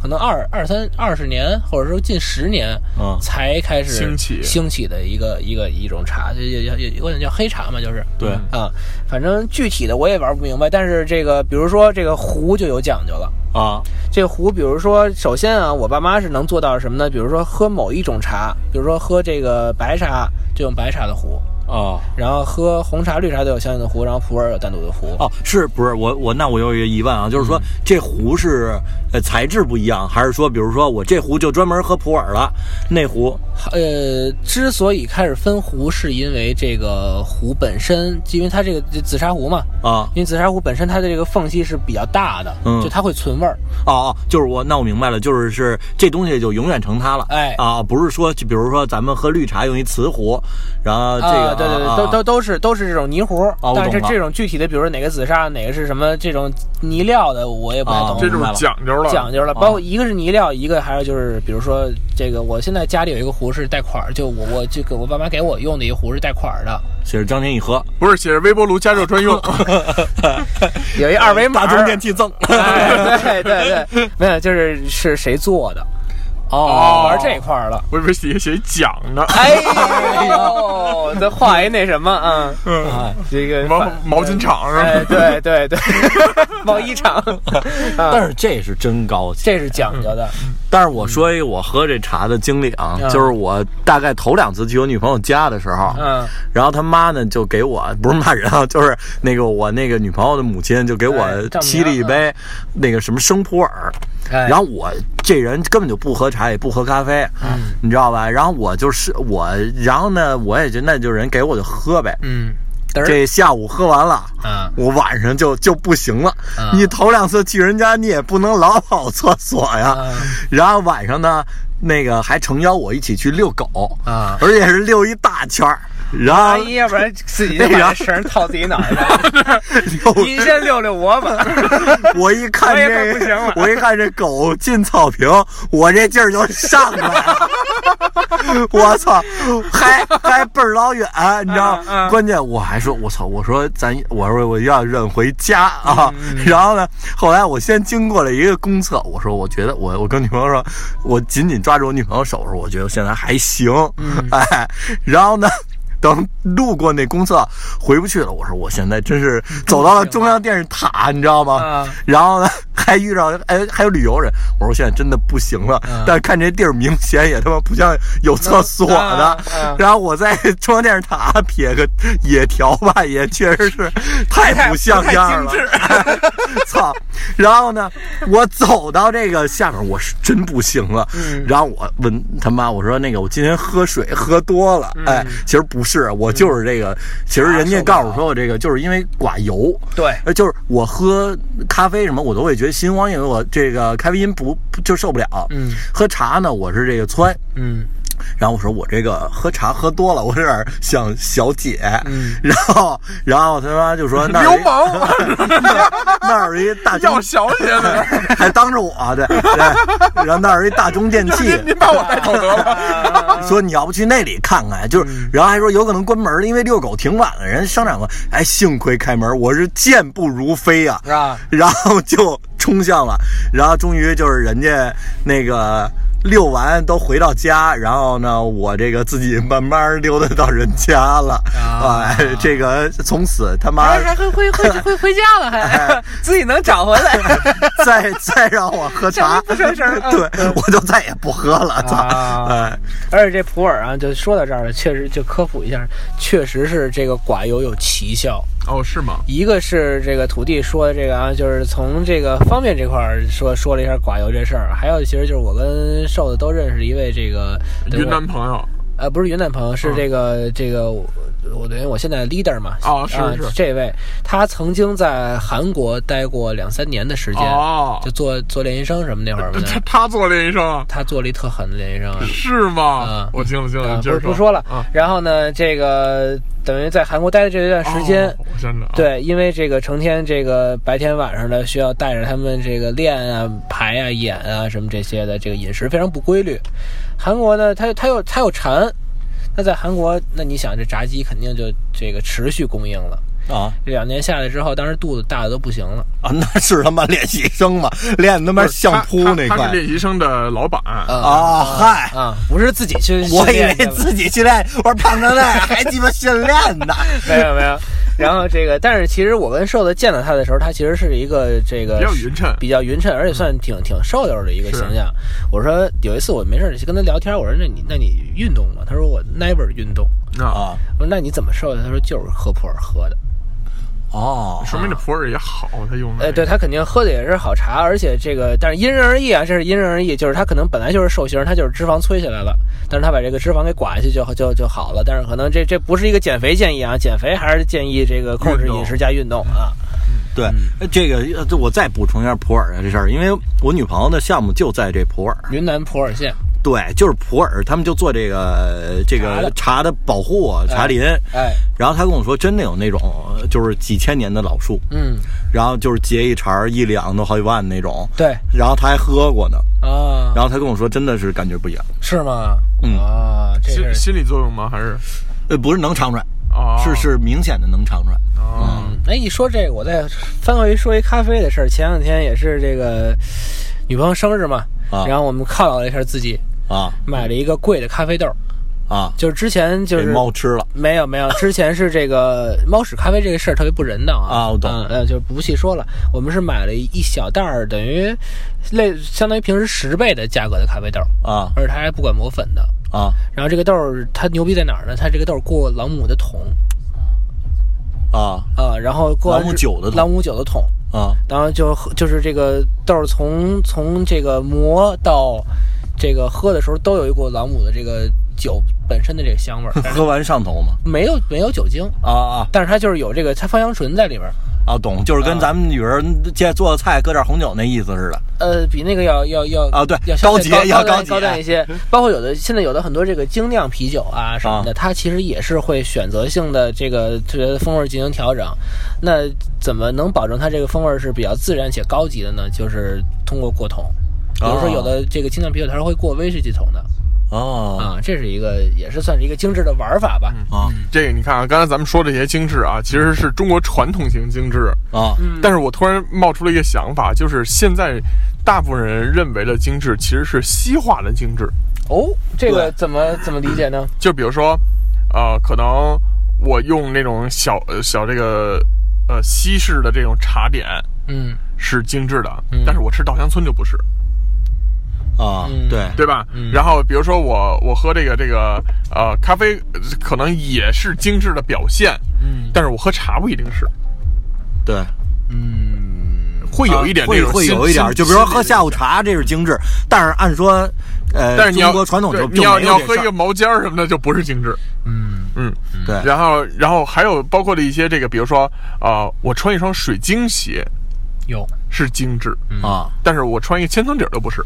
可能二二三二十年，或者说近十年嗯，才开始兴起兴起的一个一个一种茶，就也也也有点叫黑茶嘛，就是对，啊，反正具体的我也玩不明白，但是这个比如说这个壶就有讲究了。啊，这个壶，比如说，首先啊，我爸妈是能做到什么呢？比如说喝某一种茶，比如说喝这个白茶，就用白茶的壶；哦，然后喝红茶、绿茶都有相应的壶，然后普洱有单独的壶。哦，是不是我我那我有一个疑问啊，就是说、这壶是呃材质不一样，还是说比如说我这壶就专门喝普洱了，那壶呃，之所以开始分壶，是因为这个壶本身，因为它这个紫砂壶嘛，啊因为紫砂壶本身它的这个缝隙是比较大的，嗯就它会存味儿。哦哦，就是我那我明白了，就是是这东西就永远成它了，哎啊，不是说就比如说咱们喝绿茶用一瓷壶，然后这个、啊，对对对，啊都都都是都是这种泥壶，我但是懂了这种具体的，比如说哪个紫砂，哪个是什么这种泥料的，我也不太啊懂。这种讲究了，讲究了，包括一个是泥料，一个还有就是，比如说这个，我现在家里有一个壶是带款儿，就我我这个我爸妈给我用的一个壶是带款儿的，写着张天一喝，啊不是写着微波炉加热专 用，有一二维码 大儿。众电器赠哎对对对，没有，就是是谁做的，嗯哦玩这块儿了。我以为写写讲 呢，哎呦，再画一那什么啊，哎这个什么毛巾厂啊是哎吧？对对 对，毛衣 厂，啊，但是这是真高级。这是讲究的，但是我说一我喝这茶的经历啊，嗯就是我大概头两次去我女朋友家的时候，嗯然后他妈呢就给我不是骂人啊， 就是那个我那个女朋友的母亲就给我哎丈母沏了娘一杯那个什么生普洱，哎然后我这人根本就不喝茶也不喝咖啡，你知道吧？然后我就是我，然后呢我也就那就人给我就喝呗，嗯，嘚儿这下午喝完了。啊，我晚上就就不行了。啊你头两次去人家，你也不能老跑厕所呀。啊然后晚上呢，那个还诚邀我一起去遛狗啊而且是遛一大圈儿。然后万一哎要不然自己就把这绳套自己脑袋上。 遛您先遛遛我 吧。 我一看我也快这，不行了我一看这狗进草坪，我这劲儿就上来了。 我操，还还倍儿老远，你知道？嗯嗯关键我还说，我操，我说咱，我说我要忍回家啊。 然后呢，后来我先经过了一个公厕，我说我觉得我我跟女朋友说，我紧紧抓住我女朋友手，我说我觉得现在还行， 哎，然后呢。等路过那公厕，回不去了。我说我现在真是走到了中央电视塔，你知道吗？啊然后呢，还遇到哎，还有旅游人。我说我现在真的不行了，但是看这地儿明显也他妈不像有厕所的。嗯嗯然后我在中央电视塔撇个野条吧，也确实是太不像样了。 操！然后呢，我走到这个下面，我是真不行了。然后我问他妈，我说那个我今天喝水喝多了，哎，其实不是，我就是这个，其实人家告诉我说我这个就是因为寡油。对呃，就是我喝咖啡什么，我都会觉得心慌，因为我这个咖啡因不不就受不了。嗯，喝茶呢，我是这个窜。嗯，然后我说我这个喝茶喝多了，我有点像小姐。嗯，然后然后他妈就说那儿有 流一氓 啊那儿有一大 要中，小姐 呢，还当着我对对，然后那儿有一大中电 器。您把我带走得 了。说你要不去那里看看，就是，然后还说有可能关门了，因为遛狗挺晚了。人家商场说，哎，幸亏开门，我是健步如飞啊，是吧 然后就冲向了，然后终于就是人家那个遛完都回到家，然后呢，我这个自己慢慢溜达到人家了，啊哎，这个从此他妈 哎还还回回回回回家了，还 自己能找回来。再再让我喝茶，不吱 声儿啊对我就再也不喝了，操，啊哎， 而且这普洱啊，就说到这儿了，确实就科普一下，确实是这个寡油有奇效。哦，是吗？一个是这个土地说的这个啊，就是从这个方面这块儿说说了一下寡油这事儿，还有其实就是我跟瘦子都认识一位这个德国云南朋友，呃，不是云南朋友，是这个、这个我我等于我现在的 leader 嘛。哦是啊是这位他曾经在韩国待过两三年的时间，哦呃就做做练习生什么那会儿吧。他他做练习生啊，他做了一特狠的练习生啊，是吗嗯？我惊了惊啊了，不接是着不说了。啊，然后呢，这个等于在韩国待的这段时间，哦我真的啊对，因为这个成天这个白天晚上的需要带着他们这个练啊、排啊、演啊什么这些的，这个饮食非常不规律。韩国呢，它它又它又馋，那在韩国，那你想这炸鸡肯定就这个持续供应了。啊这两年下来之后，当时肚子大的都不行了。啊，那是他妈练习生嘛，练他妈相扑那他他他是块练习生的老板，啊，嗨。啊，不是自己去训我以练为的，自己训练，我说胖成那样还鸡巴训练呢， 没有没有。然后这个，但是其实我跟瘦子见到他的时候，他其实是一个这个比较匀称。嗯比较匀称，而且算挺挺瘦溜的一个是形象。我说有一次我没事儿就跟他聊天，我说那你那你运动吗？他说我 never 运动。啊，啊我说那你怎么瘦的？他说就是喝普洱喝的。哦说明这普洱也好，他用的。呃，对，他肯定喝的也是好茶，而且这个但是因人而异啊，这是因人而异。就是他可能本来就是瘦型，他就是脂肪催起来了，但是他把这个脂肪给刮下去就就就好了。但是可能这这不是一个减肥建议啊，减肥还是建议这个控制运动饮食加运动啊。对，这个呃我再补充一下普洱的啊这事儿，因为我女朋友的项目就在这普洱，云南普洱县，对，就是普洱，他们就做这个这个茶的保护啊，茶林。哎，然后他跟我说，真的有那种呃就是几千年的老树，嗯，然后就是结一茬儿一两都好几万那种，对然后他还喝过呢。啊，然后他跟我说，真的是感觉不一样，是吗？嗯啊，这心是心理作用吗？还是呃，不是能尝出来，哦啊？是是明显的能尝出来。啊，哎，一说这个，我再翻回说一咖啡的事儿。前两天也是这个女朋友生日嘛，啊然后我们犒劳了一下自己，啊买了一个贵的咖啡豆儿，啊，就是之前就给是猫吃了没有没有，之前是这个 猫屎咖啡这个事儿特别不人道啊。啊我懂嗯呃，就不细说了。我们是买了一小袋儿，等于类相当于平时十倍的价格的咖啡豆儿，啊而且它还不管磨粉的。啊然后这个豆儿它牛逼在哪儿呢？它这个豆儿过朗姆的桶啊啊、然后过完朗姆之酒的桶朗姆酒的桶，啊然后就喝就是这个豆儿从从这个磨到这个喝的时候都有一股朗姆的这个酒本身的这个香味儿，但是喝完上头嘛。没有没有酒精，啊啊但是它就是有这个它芳香醇在里边儿，啊！懂，就是跟咱们女儿现在做的菜搁点红酒那意思似的。呃，比那个要要要啊对要高相对级高高要高端级啊高端一些。包括有的现在有的很多这个精酿啤酒啊什么的，它其实也是会选择性的这个对风味进行调整。那怎么能保证它这个风味是比较自然且高级的呢？就是通过过桶。比如说，哦有的这个精酿啤酒它是会过威士忌桶的哦嗯啊，这是一个也是算是一个精致的玩法吧。啊这个你看啊，刚才咱们说这些精致啊，其实是中国传统型精致。啊嗯但是我突然冒出了一个想法，就是现在大部分人认为的精致，其实是西化的精致。哦，这个对怎么怎么理解呢？就比如说，呃，可能我用那种小呃小这个呃西式的这种茶点嗯，是精致的，嗯但是我吃稻香村就不是，啊嗯！对对吧？然后比如说我我喝这个这个呃咖啡，呃可能也是精致的表现，嗯，但是我喝茶不一定是，对，嗯会有一点那啊会种会心有一点，心就比如说心喝下午茶，这是精致，但是按说，呃，但是你要中国传统就对你要就你没要有这喝一事个儿毛尖儿什么的，就不是精致。嗯嗯，对然后然后还有包括了一些这个，比如说啊、呃我穿一双水晶鞋有，是精致，啊，但是我穿一个千层底儿都不是，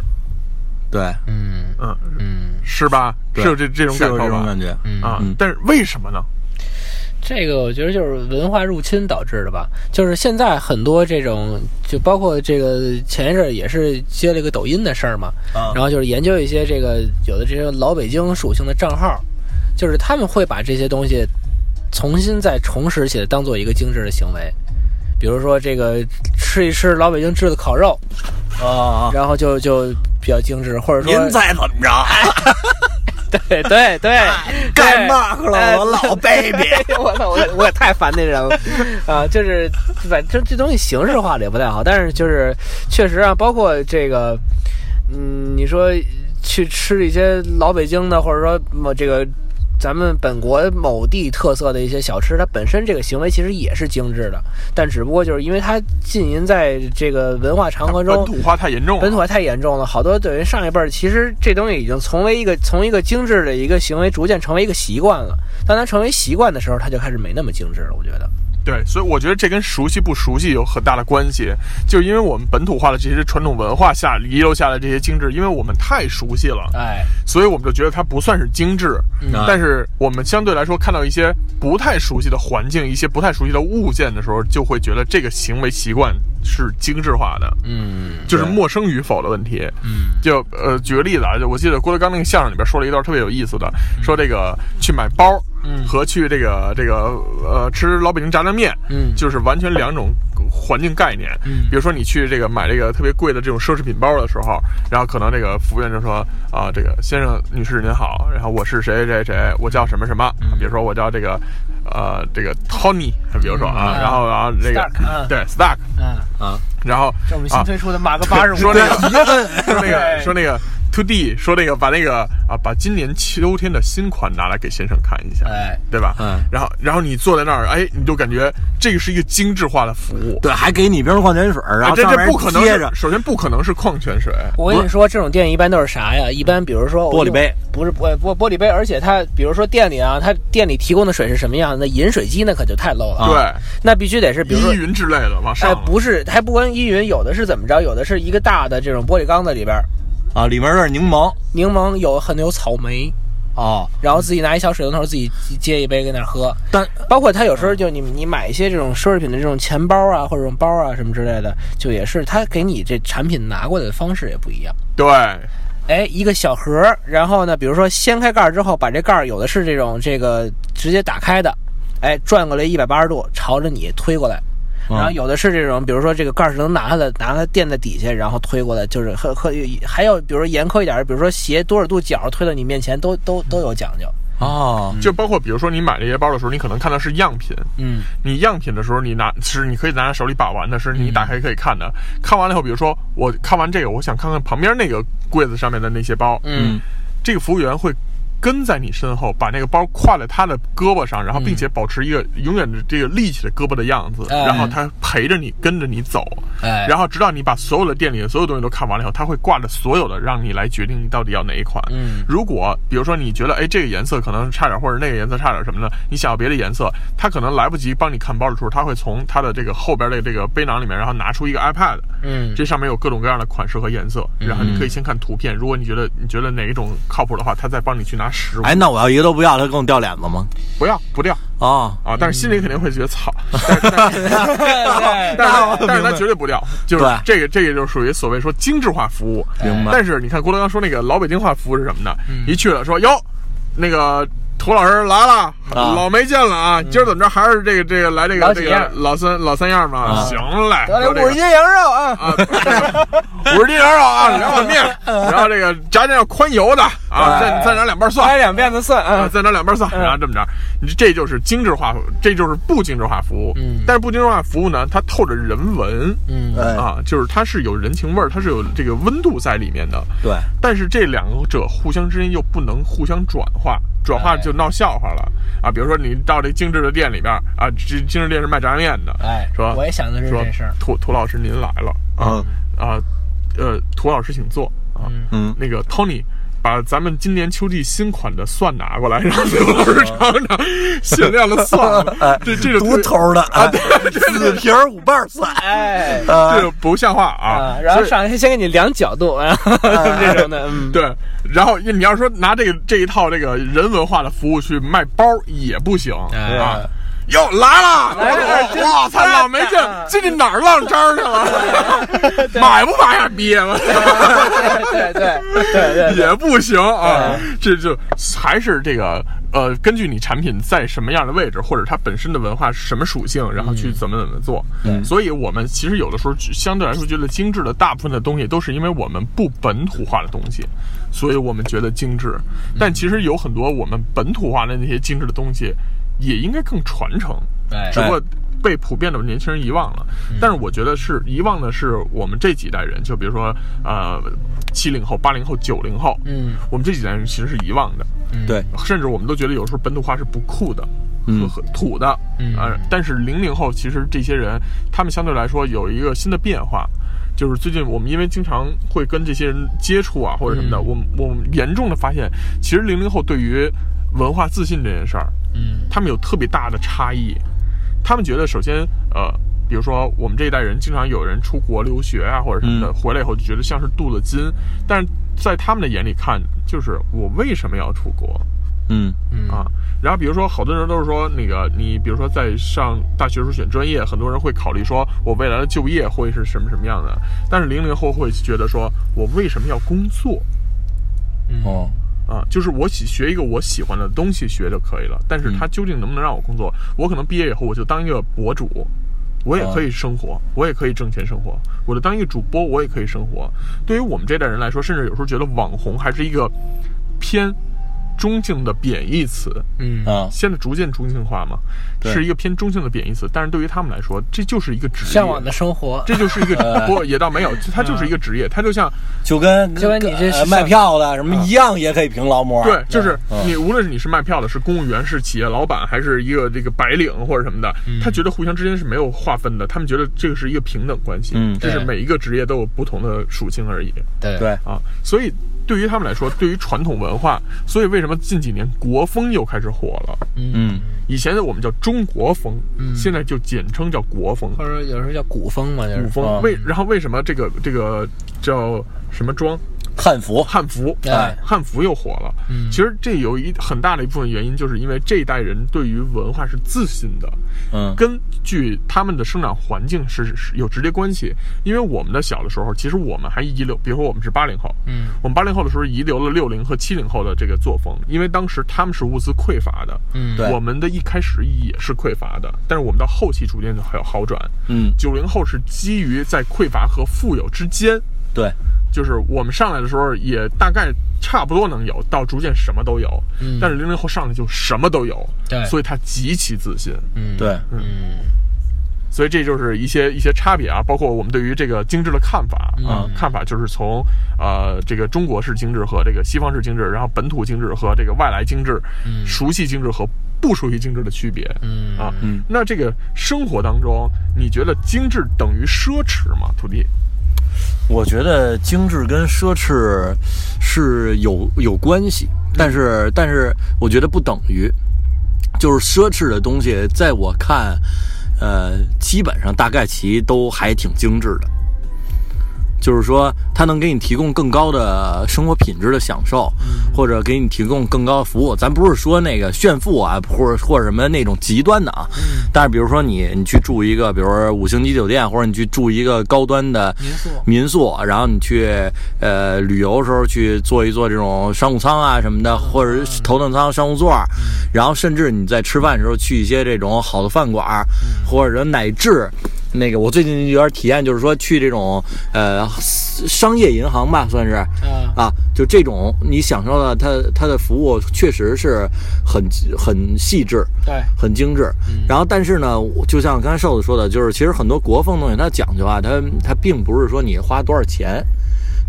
对，嗯嗯嗯，是吧？对是有这这种是感有受这种吧？感觉，啊、嗯但是为什么呢？这个我觉得就是文化入侵导致的吧，就是现在很多这种，就包括这个前一阵儿也是接了一个抖音的事儿嘛，啊然后就是研究一些这个有的这些老北京属性的账号，就是他们会把这些东西重新再重拾起来，当做一个精致的行为，比如说这个吃一吃老北京制的烤肉，嗯啊啊！然后就就比较精致，或者说您猜怎么着？哎对 对 对，盖对嘛去了，我老 baby 哎我操，我我也太烦那人了啊！就是反正这东西形式化的也不太好，但是就是确实啊，包括这个，嗯，你说去吃一些老北京的，或者说某这个。咱们本国某地特色的一些小吃，它本身这个行为其实也是精致的，但只不过就是因为它浸淫在这个文化长河中本，土化太严重了， 本土化太严重了，好多等于上一辈儿，其实这东西已经从为一个从一个精致的一个行为，逐渐成为一个习惯了。当它成为习惯的时候，它就开始没那么精致了。我觉得，对，所以我觉得这跟熟悉不熟悉有很大的关系，就是因为我们本土化的这些传统文化下遗留下来这些精致，因为我们太熟悉了，哎，所以我们就觉得它不算是精致。但是我们相对来说看到一些不太熟悉的环境、一些不太熟悉的物件的时候，就会觉得这个行为习惯是精致化的，嗯就是陌生与否的问题。嗯就呃，举个例子啊，就我记得郭德纲那个相声里边说了一段特别有意思的，说这个去买包，嗯和去这个这个呃吃老北京炸酱面，嗯就是完全两种环境概念。嗯比如说你去这个买这个特别贵的这种奢侈品包的时候，然后可能这个服务员就说啊，这个先生女士您好，然后我是谁谁谁，我叫什么什么，嗯比如说我叫这个呃这个 Tony，比如说啊，然后然后这个嗯 Stark，嗯对 Stark，嗯，然后啊这是我们新推出的马哥八十五，说那个说那个说那个 To D 说那个把那个啊把今年秋天的新款拿来给先生看一下，哎，对吧？嗯然后然后你坐在那儿，哎，你就感觉这个是一个精致化的服务。对，还给你瓶矿泉水，然啊，后这上这面不可能接是着，，啊首先不可能是矿泉水，我跟你说，这种店一般都是啥呀？一般比如说我玻璃用杯，不是玻玻玻璃杯，而且它比如说店里啊，它店里提供的水是什么样的？那饮水机那可就太 low 了，对，那必须得是比如说依。云之类的往上哎，了。不是，还不光依云，有的是怎么着？有的是一个大的这种玻璃缸子里边，啊，里面有点柠檬柠檬有很有草莓，哦，然后自己拿一小水龙头自己接一杯跟那儿喝。但包括它有时候就你你买一些这种奢侈品的这种钱包啊，或者这种包啊什么之类的，就也是它给你这产品拿过来的方式也不一样。对，哎，一个小盒儿，然后呢，比如说掀开盖儿之后，把这盖儿有的是这种这个直接打开的，哎，转过来一百八十度，朝着你推过来。嗯然后有的是这种，比如说这个盖儿是能拿它的，拿它垫在底下，然后推过来，就是和和还有比如说严苛一点儿，比如说斜多少度角推到你面前，都都都有讲究。哦，就包括比如说你买这些包的时候，你可能看到是样品，嗯，你样品的时候，你拿是你可以拿在手里把玩的，是嗯你打开可以看的。看完了以后，比如说我看完这个，我想看看旁边那个柜子上面的那些包，嗯，这个服务员会。跟在你身后，把那个包挎在他的胳膊上，然后并且保持一个永远的这个立起的胳膊的样子，嗯哎然后他陪着你跟着你走，哎，然后直到你把所有的店里的所有东西都看完了以后，他会挂着所有的，让你来决定你到底要哪一款。嗯，如果比如说你觉得哎这个颜色可能差点，或者那个颜色差点什么的，你想要别的颜色，他可能来不及帮你看包的时候，他会从他的这个后边的这个背囊里面，然后拿出一个 iPad，嗯这上面有各种各样的款式和颜色，然后你可以先看图片，如果你觉得你觉得哪一种靠谱的话，他再帮你去拿实物。哎，那我要一个都不要，他跟我掉脸子吗？不要不掉哦，啊！但是心里肯定会觉得操， 对但是但是他绝对不掉，就是对这个这个就属于所谓说精致化服务。明白但是你看郭德纲说那个老北京话服务是什么呢？嗯一去了说哟，那个涂老师来了，老没见了啊，今儿怎么着还是这个这个来这个啊嗯老这几个样啊老三老三样吗？行嘞，得说这嘞，个五十斤羊肉啊，啊，五十斤羊肉啊，两碗 面，然后这个炸酱要宽油的啊，再再拿两瓣蒜掰。两遍子蒜啊，啊，再拿两瓣蒜，然后这么着，你这就是精致化，这就是不精致化服务。嗯但是不精致化服务呢，它透着人文，嗯哎，啊，就是它是有人情味儿，它是有这个温度在里面的。对，但是这两者互相之间又不能互相转化，转化哎就闹笑话了啊！比如说你到这精致的店里边儿啊，这精致店是卖炸酱面的，哎，说我也想的是说这事儿，涂涂老师您来了啊啊，呃，涂老师请坐啊，嗯那个 Tony。把咱们今年秋季新款的蒜拿过来，让刘老师尝 尝限量的蒜，啊这这就哎独头的啊，四瓶儿五瓣儿蒜，哎。这呃，就不像话啊啊，！然后所以上来先给你量角度啊， 这种的，嗯，对，然后你要说拿这个这一套这个人文化的服务去卖包也不行哎啊。哟，来了！我操，老没劲，进去哪儿浪张去 了？买不买呀，啊逼我对对 对对对，嗯也不行啊，这就还是这个呃，根据你产品在什么样的位置，或者它本身的文化是什么属性，然后嗯去怎么怎么做。所以我们其实有的时候相对来说觉得精致的大部分的东西，都是因为我们不本土化的东西，所以我们觉得精致。但其实有很多我们本土化的那些精致的东西，也应该更传承。哎嗯只不过被普遍的年轻人遗忘了。但是我觉得是遗忘的是我们这几代人，就比如说呃七零后、八零后、九零后，嗯，我们这几代人其实是遗忘的，对，甚至我们都觉得有时候本土化是不酷的。嗯和土的，嗯呃，但是零零后其实这些人，他们相对来说有一个新的变化，就是最近我们因为经常会跟这些人接触啊，或者什么嗯的，我们我们严重的发现，其实零零后对于文化自信这件事儿，嗯他们有特别大的差异。他们觉得，首先，呃，比如说我们这一代人，经常有人出国留学啊，或者什么的，嗯回来以后就觉得像是镀了金。但是在他们的眼里看，就是我为什么要出国嗯啊？然后比如说，好多人都是说，那个你比如说在上大学时候选专业，很多人会考虑说我未来的就业会是什么什么样的。但是零零后会觉得说，我为什么要工作？哦，啊，就是我喜学一个我喜欢的东西学就可以了。但是它嗯究竟能不能让我工作？我可能毕业以后我就当一个博主，我也啊可以生活，我也可以挣钱生活。我就当一个主播，我也可以生活。对于我们这代人来说，甚至有时候觉得网红还是一个偏中性的贬义词。嗯啊，现在逐渐中性化嘛，对是一个偏中性的贬义词。但是对于他们来说，这就是一个职业，向往的生活，这就是一 个不也倒没有，它就是一个职业，它就像就跟就跟你这呃卖票的什么一样，也可以评劳模。对，就是嗯你无论是你是卖票的，是公务员，是企业老板，还是一个这个白领或者什么的，嗯他觉得互相之间是没有划分的，他们觉得这个是一个平等关系，嗯就是对每一个职业都有不同的属性而已对对啊。所以对于他们来说，对于传统文化，所以为什么近几年国风又开始火了？嗯，以前我们叫中国风，现在就简称叫国风。嗯或者嗯说有时候叫古风嘛，就是嗯古啊风为然后为什么这个这个叫什么装汉服汉服，哎嗯汉服又火了。其实这有一很大的一部分原因，就是因为这一代人对于文化是自信的，嗯根据他们的生长环境是是有直接关系。因为我们的小的时候，其实我们还遗留，比如说我们是八零后，嗯，我们八零后的时候遗留了六零和七零后的这个作风，因为当时他们是物资匮乏的，嗯对我们的一开始也是匮乏的，但是我们到后期逐渐就还有好转。嗯，九零后是基于在匮乏和富有之间，对，就是我们上来的时候也大概差不多能有，到逐渐什么都有。嗯但是零零后上来就什么都有，对所以他极其自信。嗯对，嗯所以这就是一些一些差别啊，包括我们对于这个精致的看法啊，看法就是从呃这个中国式精致和这个西方式精致，然后本土精致和这个外来精致，熟悉精致和不熟悉精致的区别。嗯啊，嗯那这个生活当中，你觉得精致等于奢侈吗？徒弟，我觉得精致跟奢侈是有有关系，但是但是我觉得不等于，就是奢侈的东西，在我看，呃，基本上大概其都还挺精致的，就是说它能给你提供更高的生活品质的享受，或者给你提供更高的服务。咱不是说那个炫富啊， 或者或者什么那种极端的啊，但是比如说你你去住一个，比如说五星级酒店，或者你去住一个高端的民宿民宿，然后你去呃旅游的时候去坐一坐这种商务舱嗯啊什么的，或者是头等舱、商务座儿，然后甚至你在吃饭的时候去一些这种好的饭馆儿，或者乃至。那个，我最近有点体验，就是说去这种呃商业银行吧，算是，嗯啊啊，就这种你享受到它它的服务确实是很很细致，对很精致。嗯然后，但是呢，我就像刚才瘦子说的，就是其实很多国风东西它讲究啊，它它并不是说你花多少钱，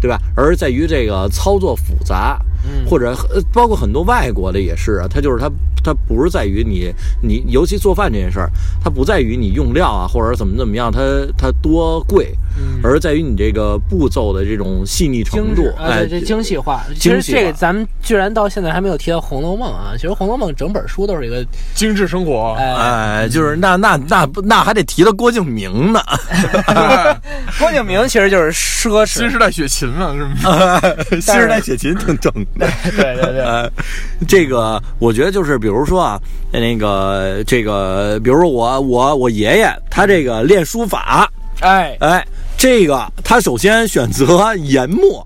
对吧？而是在于这个操作复杂，嗯或者呃包括很多外国的也是啊，它就是它它不是在于你你尤其做饭这件事儿，它不在于你用料啊或者怎么怎么样，它它多贵，而是在于你这个步骤的这种细腻程嗯精度致，啊，哎，对，这精细化。其精实细化这个咱们居然到现在还没有提到《红楼梦》啊。其实《红楼梦》整本书都是一个，精致生活，哎，哎，就是那那那不那还得提到郭敬明呢， 郭敬明其实就是奢 新侈，时代雪琴嘛，是吗？ 新时代写琴挺正的。 对对对，呃，这个我觉得就是，比如说啊，那个这个，比如说我我我爷爷他这个练书法，哎，哎，这个他首先选择研墨，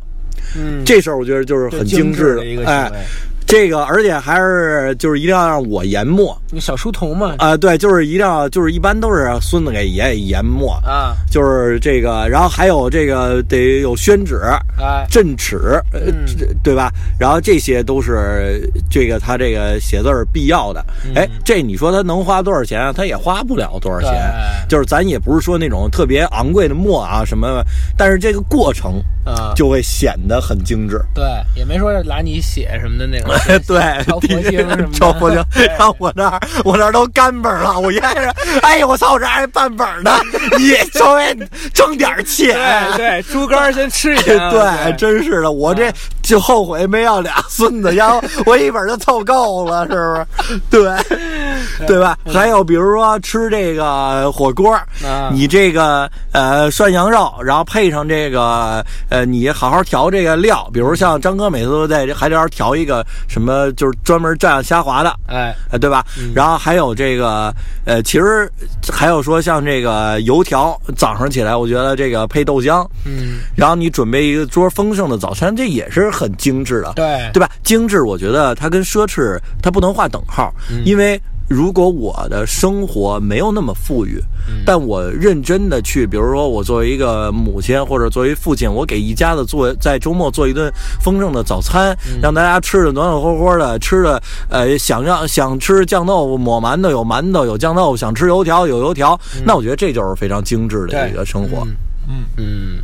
嗯，这事儿我觉得就是很精致的一个哎行为，，这个而且还是就是一定要让我研墨你小书童嘛，啊、对，就是一定要就是一般都是孙子给爷爷研墨，啊，就是这个，然后还有这个得有宣纸，哎，镇尺，呃嗯这对吧？然后这些都是这个他这个写字儿必要的。嗯哎，这你说他能花多少钱啊？他也花不了多少钱。对就是咱也不是说那种特别昂贵的墨啊什么，但是这个过程啊，就会显得很精致。对，也没说是拉你血什么的那种， 对，抄佛经什么的抄佛经，然后我那儿我那儿都干本了，我一开始，哎呀，我操，我这还半本 呢，你稍微挣点钱，对对，猪肝儿先吃一下， 啊对，啊真是的，我这就后 悔没要俩孙子，要我一本就凑够了，是不是？对，对吧？还有比如说吃这个火锅，啊，你这个呃涮羊肉，然后配上这个呃，你好好调这个料，比如像张哥每次都在这海里边调一个什么，就是专门蘸虾滑的，哎，呃，对吧？然后还有这个，呃，其实还有说像这个油条，早上起来我觉得这个配豆浆，嗯，然后你准备一个桌丰盛的早餐，这也是很精致的，对，对吧？精致，我觉得它跟奢侈它不能划等号，嗯因为如果我的生活没有那么富裕，嗯但我认真的去，比如说我作为一个母亲或者作为父亲，我给一家子做在周末做一顿丰盛的早餐，嗯让大家吃的暖暖和和的，吃的呃想让想吃酱豆腐抹馒头有馒头有酱豆腐，想吃油条有油条，那我觉得这就是非常精致的嗯对一个生活。嗯，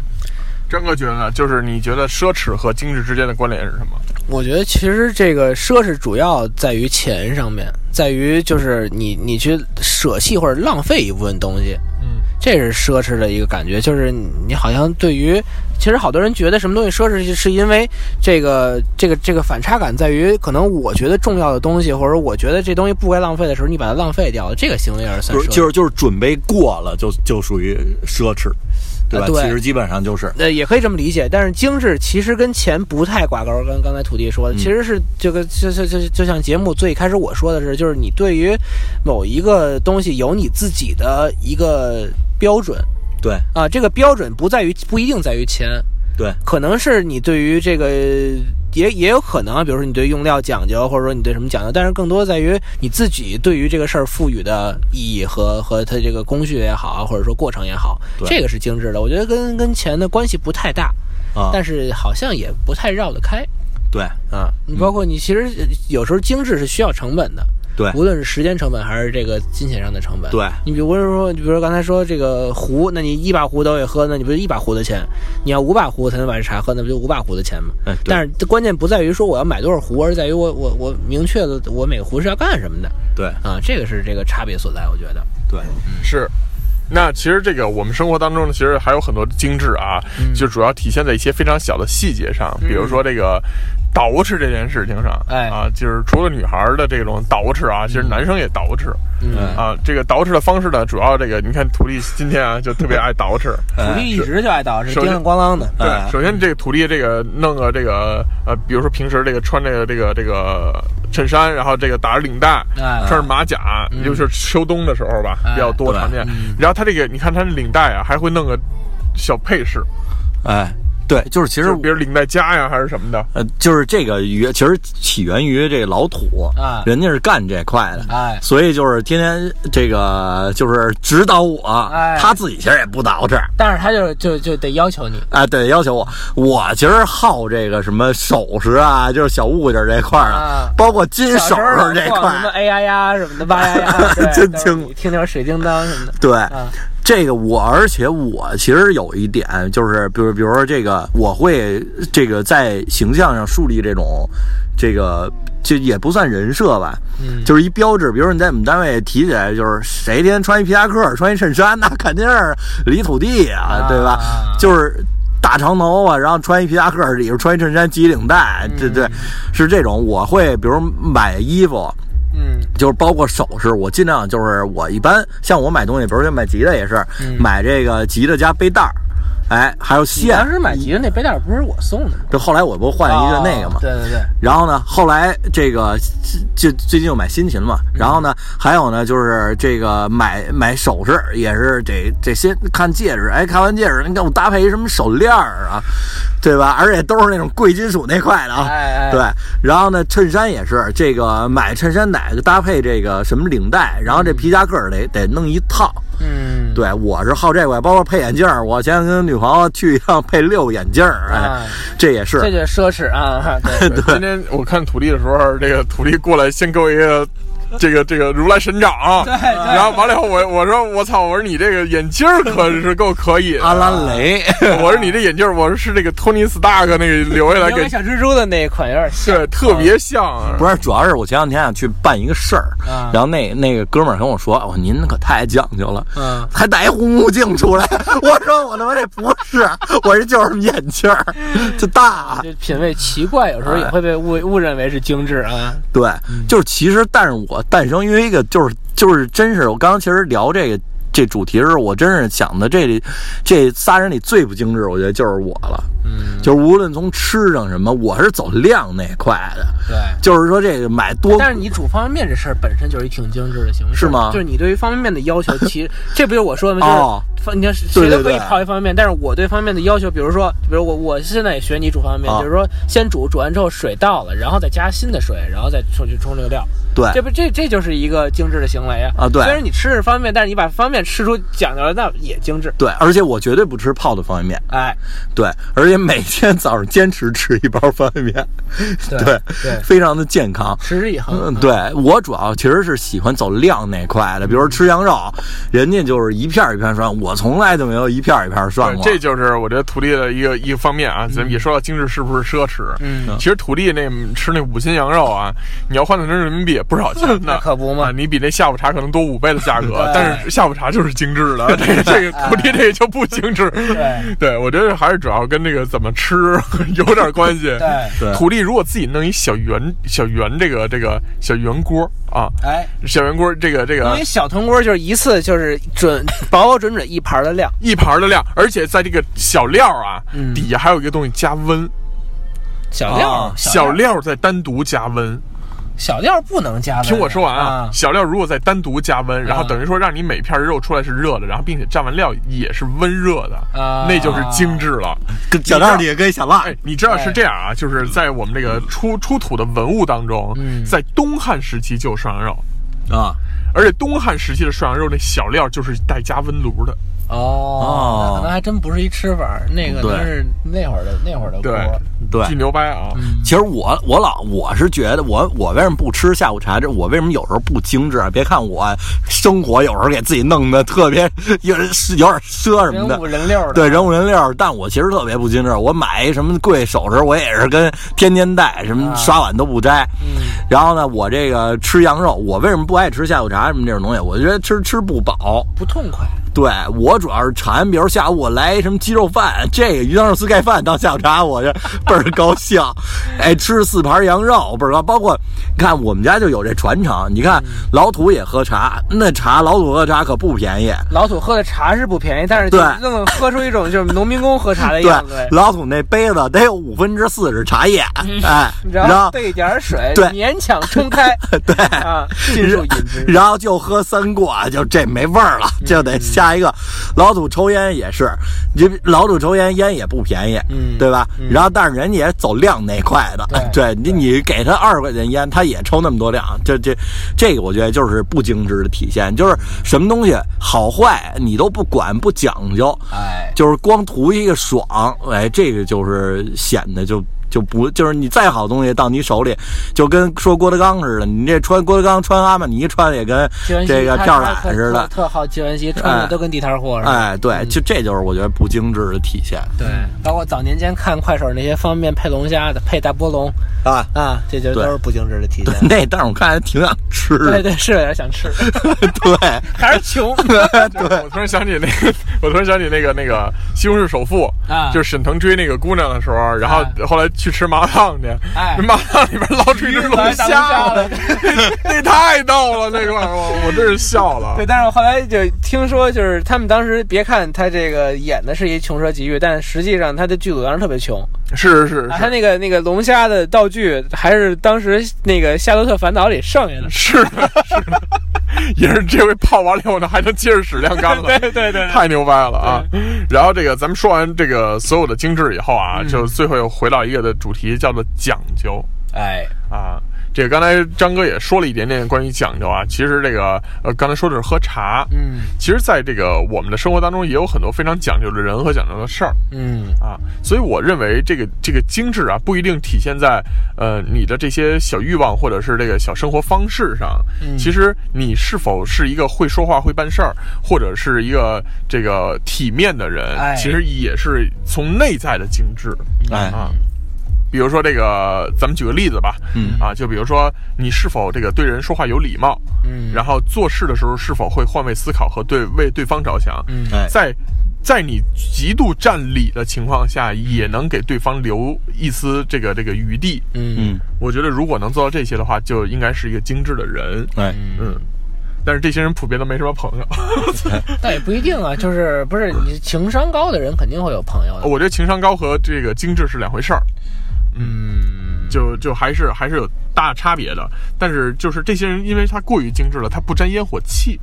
张哥觉得呢，就是你觉得奢侈和精致之间的关联是什么？我觉得其实这个奢侈主要在于钱上面，在于就是你你去舍弃或者浪费一部分东西，嗯，这是奢侈的一个感觉，就是你好像对于，其实好多人觉得什么东西奢侈，是因为这个这个这个反差感在于，可能我觉得重要的东西，或者我觉得这东西不该浪费的时候，你把它浪费掉了，这个行为而算奢就是侈。就是就是准备过了就就属于奢侈，对吧？啊对其实基本上就是。呃，也可以这么理解，但是精致其实跟钱不太挂钩。跟刚才土地说的，其实是这个，就就就就像节目最开始我说的是，就是你对于某一个东西有你自己的一个标准对啊，这个标准不在于不一定在于钱，对，可能是你对于这个也也有可能啊，比如说你对用料讲究，或者说你对什么讲究，但是更多在于你自己对于这个事儿赋予的意义和和它这个工序也好啊，或者说过程也好，对这个是精致的。我觉得跟跟钱的关系不太大，啊，但是好像也不太绕得开对啊。嗯你包括你其实呃有时候精致是需要成本的，对无论是时间成本还是这个金钱上的成本。对你比如说，比如说刚才说这个壶，那你一把壶都得喝，那你不是一把壶的钱？你要五把壶才能把这茶喝，那不就五把壶的钱吗？哎对但是这关键不在于说我要买多少壶，而在于我我我明确了我每个壶是要干什么的对啊，这个是这个差别所在，我觉得。对，是。那其实这个我们生活当中呢，其实还有很多精致啊，就主要体现在一些非常小的细节上，比如说这个捯饬这件事情上，哎啊，就是除了女孩儿的这种捯饬啊，其实男生也捯饬，嗯啊，这个捯饬的方式呢，主要这个你看土地今天啊就特别爱捯饬，呃土地一直就爱捯饬，首叮先当咣啷的。啊哎对，首先这个土地这个弄个这个呃，比如说平时这个穿这个这个这个衬衫，然后这个打着领带，哎啊穿着马甲，尤其是秋冬的时候吧，比较多嗯哎对嗯常见。然后他这个你看他领带啊，还会弄个小配饰，哎，对，就是其就实是比如领带夹呀还是什么的。呃，就是这个源，其实起源于这老土哎人家是干这块的，哎所以就是天天这个就是指导我，哎他自己其实也不捯饬，但是他就就就得要求你，啊，对，要求我，我其实好这个什么首饰啊，就是小物件这块儿啊包括金小首时候饰这块逛什么儿，哎呀呀什么的，哇呀 呀，啊对真都是清楚听点水叮当什么的。对。啊这个我，而且我其实有一点就是，比如比如说这个，我会这个在形象上树立这种，这个这也不算人设吧，嗯就是一标志。比如说你在我们单位提起来，就是谁天天穿一皮夹克，穿一衬衫，那肯定是李土地啊，对吧？就是。大长头发、然后穿一皮夹克，里边穿一衬衫，系一领带，对对，是这种。我会比如买衣服，嗯就是包括首饰，我尽量就是我一般像我买东西，比如说买吉他也是、买这个吉他加背带儿，哎，还有嗯你线。当时买吉他那背带不是我送的吗？这后来我不换了一个那个嘛，哦对对对，然后呢，后来这个就最近又买新琴嘛，嗯然后呢，还有呢就是这个买买首饰也是得得先看戒指，哎，看完戒指，你看我搭配一什么手链儿啊，对吧？而且都是那种贵金属那块的啊，哎哎对。然后呢，衬衫也是这个买衬衫哪个搭配这个什么领带，然后这皮夹克儿得得弄一套。嗯，对，我是好这块，包括配眼镜儿。我前两天跟女朋友去一趟配六个眼镜儿，哎啊，这也是这就是奢侈啊，对，对今天我看土地的时候，这个土地过来先给我一个。这个这个如来神掌，然后完了以后我我说我操，我说你这个眼镜儿可是够可以的，阿拉蕾。我说你这眼镜儿，我说是那个托尼斯塔克那个留下来留给给小蜘蛛的那一款有点像， 对，特别像。啊不是，主要是我前两天啊去办一个事儿，啊然后那那个哥们儿跟我说：“哦，您可太讲究了，嗯，还戴一护目镜出来。” 我说：“我他妈这不是，我这就是眼镜儿，就嗯大。这品味奇怪，有时候也会被误误认为是精致啊，对，就是其实，但是我我诞生于一个就是就是真是我刚刚其实聊这个这主题的时候，我真是想的这里这仨人里最不精致，我觉得就是我了。嗯，就是无论从吃上什么，我是走量那块的，对。就是说这个买多但是你煮方便面这事儿本身就是一挺精致的形式，是吗就是你对于方便面的要求， 其实这不就是我说的吗？就是哦，方你看谁对对都可以对泡一方便面，但是我对方便面的要求，比如说，比如我我现在也学你煮方便面，啊就是说先煮，煮完之后水倒了，然后再加新的水，然后再冲去冲这个料，对这不这这就是一个精致的行为啊！啊对虽然你吃的是方便面，但是你把方便面吃出讲究来，那也精致。对，而且我绝对不吃泡的方便面。哎，对，而且每天早上坚持吃一包方便面， 对对，对 非常的健康。持之以恒嗯，。对我主要其实是喜欢走量那块的，比如说吃羊肉，人家就是一片儿一片儿涮，我从来就没有一片儿一片儿涮过。这就是我觉得徒弟的一个一个方面啊。嗯咱们也说到精致是不是奢侈？嗯，其实徒弟那吃那五斤羊肉啊，你要换算成人民币也不少钱呢， 那可不嘛啊你比那下午茶可能多五倍的价 格，但是下午茶就是精致的，这个这个哎徒弟这个就不精致。 对，我觉得还是主要跟这个怎么吃 有点关系。对徒弟如果自己弄一小圆小圆这个这个小圆锅啊，哎，小圆锅这个这个啊因为小铜锅就是一次就是准饱饱准准一盘的量，一盘的量，而且在这个小料啊、嗯哦底下还有一个东西加温，小料、啊小料料再单独加温。小料不能加温的。听我说完啊，啊嗯小料如果再单独加温，然后等于说让你每片肉出来是热的，然后并且蘸完料也是温热的，啊那就是精致了。跟小料里也跟小辣哎，你知道是这样啊，就是在我们这个出出土的文物当中，嗯在东汉时期就有涮羊肉，啊而且东汉时期的涮羊肉那小料就是带加温炉的。哦，那可能还真不是一吃法儿，那个对可能是那会儿的那会儿的锅对。对嗯巨。牛掰啊！其实我我老我是觉得我我为什么不吃下午茶？这我为什么有时候不精致啊？别看我生活有时候给自己弄得特别有点有点奢什么的人五，人六的，对人五人六，但我其实特别不精致。我买一什么贵首饰，我也是跟天天戴，什么刷碗都不摘。然后呢，我这个吃羊肉，我为什么不爱吃下午茶什么这种东西？我觉得吃吃不饱。不痛快。对我主要是馋，比如下午我来一什么鸡肉饭，这个鱼香肉丝盖饭当下午茶，我这倍儿高兴。哎，吃四盘羊肉倍儿高，包括你看我们家就有这传承。你看老土也喝茶，那茶老土喝茶可不便宜。老土喝的茶是不便宜，但是就对愣喝出一种就是农民工喝茶的哎对样子。，老土那杯子得有五分之四是茶叶，哎，然 然后后兑一点儿水，对勉强冲 开，对啊，尽数饮之。然后就嗯喝三过，就这没味儿了，就得下一个。老土抽烟也是，你老土抽烟烟也不便宜，嗯对吧？然后但是人家也走量那块的，对你你给他二十块钱烟，他也抽那么多量，这这这个我觉得就是不精致的体现，就是什么东西好坏你都不管不讲究，哎，就是光图一个爽，哎，这个就是显得就就不就是你再好东西到你手里，就跟说郭德纲似的，你这穿郭德纲穿阿玛尼穿的也跟纪文熙这个他票他懒特似的，特好纪文熙穿的都跟地摊货似的。哎，对，就这就是我觉得不精致的体现对，包括早年间看快手那些方便面配龙虾的，配大波龙啊。啊，这就对都是不精致的体现。那但是我看还挺想吃对的，对，是有点 想吃，对，还是穷我突然想起那个，我突然想起那个那个《西红柿首富》啊就是沈腾追那个姑娘的时候，然后后来去吃麻辣烫去，哎麻辣烫里边捞出一只龙 虾来，那太逗了，那块儿我我真是笑了对，。但是我后来就听说，就是他们当时别看他这个演的是一穷奢极欲，但实际上他的剧组当时特别穷，是是啊、他那个那个龙虾的道具还是当时那个《夏洛特烦恼》里剩下的。是是的，是的， 也是这回泡完了以后呢，还能接着使晾干了， 对对对太牛掰了啊！然后这个咱们说完这个所有的精致以后啊，就最后又回到一个的主题，叫做讲究。哎，啊。这个刚才张哥也说了一点点关于讲究啊，其实这个呃，刚才说的是喝茶，嗯其实在这个我们的生活当中也有很多非常讲究的人和讲究的事儿嗯，啊，所以我认为这个这个精致啊，不一定体现在呃你的这些小欲望或者是这个小生活方式上，其实你是否是一个会说话、会办事儿，或者是一个这个体面的人，哎其实也是从内在的精致。哎，啊。比如说这个，咱们举个例子吧，嗯啊，就比如说你是否这个对人说话有礼貌，嗯然后做事的时候是否会换位思考和对为对方着想，嗯哎在在你极度占理的情况下，也能给对方留一丝这个这个余地。嗯，我觉得如果能做到这些的话，就应该是一个精致的人。哎，嗯，但是这些人普遍都没什么朋友。 嗯倒也不一定啊，就是不是你情商高的人肯定会有朋友的。我觉得情商高和这个精致是两回事儿。嗯，就就还是还是有大差别的。但是就是这些人，因为他过于精致了，他不沾烟火气，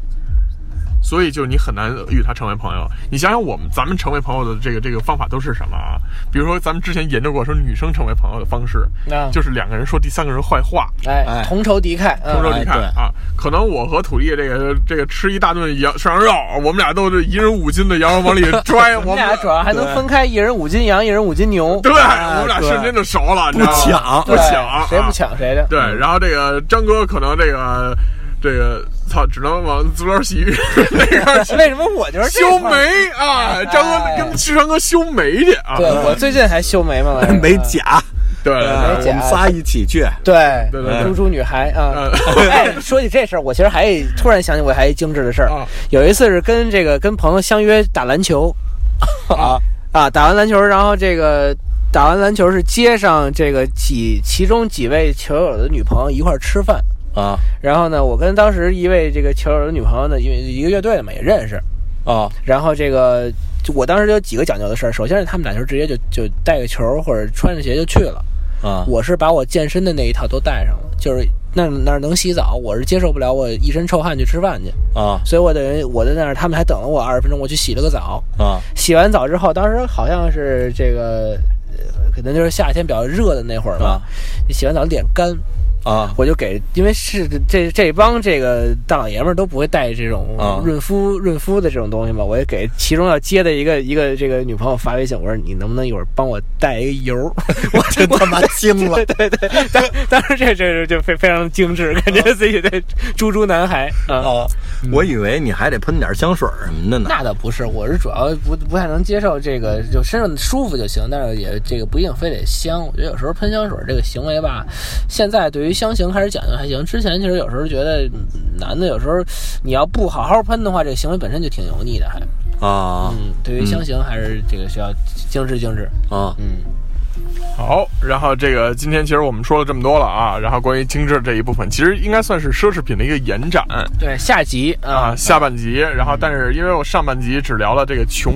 所以就你很难与他成为朋友。你想想我们咱们成为朋友的这个这个方法都是什么啊？比如说咱们之前研究过，说女生成为朋友的方式，那就是两个人说第三个人坏话。哎哎，同仇敌忾，同嗯仇敌忾哎对啊！可能我和土地这个这个吃一大顿羊涮羊肉，我们俩都是一人五斤的羊肉往 里拽，我我们们俩主要还能分开，一人五斤羊，一人五斤牛，对，哎我们俩对瞬间就熟了，你知道吗？抢不对抢，谁不啊？抢谁的。对，然后这个张哥可能这个这个操，只能往足疗洗 浴那边儿去 为什么我就是这修块儿眉啊？张哥跟旭川哥修眉去啊？对我最近还修眉毛 来着，美甲，对呃对我们仨一起去。对对对对猪猪女孩啊。呃， 哎，说起这事儿，我其实还突然想起我还一精致的事儿啊。有一次是跟这个跟朋友相约打篮球，啊 啊，打完篮球，然后这个打完篮球是街上这个几其中几位球友的女朋友一块儿吃饭。啊然后呢，我跟当时一位这个球友的女朋友呢，因为一个乐队的嘛，也认识。啊然后这个就我当时有几个讲究的事儿，首先是他们打球直接就就带个球或者穿着鞋就去了。啊！我是把我健身的那一套都带上了，就是那那儿能洗澡，我是接受不了我一身臭汗去吃饭去，啊所以我等于我在那儿，他们还等了我二十分钟，我去洗了个澡。啊洗完澡之后，当时好像是这个，呃可能就是夏天比较热的那会儿吧。你洗完澡脸干，啊我就给，因为是这这帮这个大老爷们儿都不会带这种啊润肤、润肤的这种东西嘛，我也给其中要接的一个一个这个女朋友发微信，我说你能不能一会儿帮我带一个油儿？ 我真他妈精了！当时这这这非非常精致，感觉自己的猪猪男孩啊。啊！我以为你还得喷点香水儿什么的呢。那倒不是，我是主要不不太能接受这个，就身上舒服就行，但是也这个不一定非得香。我觉得有时候喷香水这个行为吧，现在对于香型开始讲究还行，之前其实有时候觉得嗯男的有时候你要不好好喷的话，这个行为本身就挺油腻的，还啊嗯，对于香型还是这个需要精致精致，啊！嗯，好，然后这个今天其实我们说了这么多了啊，然后关于精致这一部分，其实应该算是奢侈品的一个延展。对，下集啊，，啊下半集，然后但是因为我上半集只聊了这个穷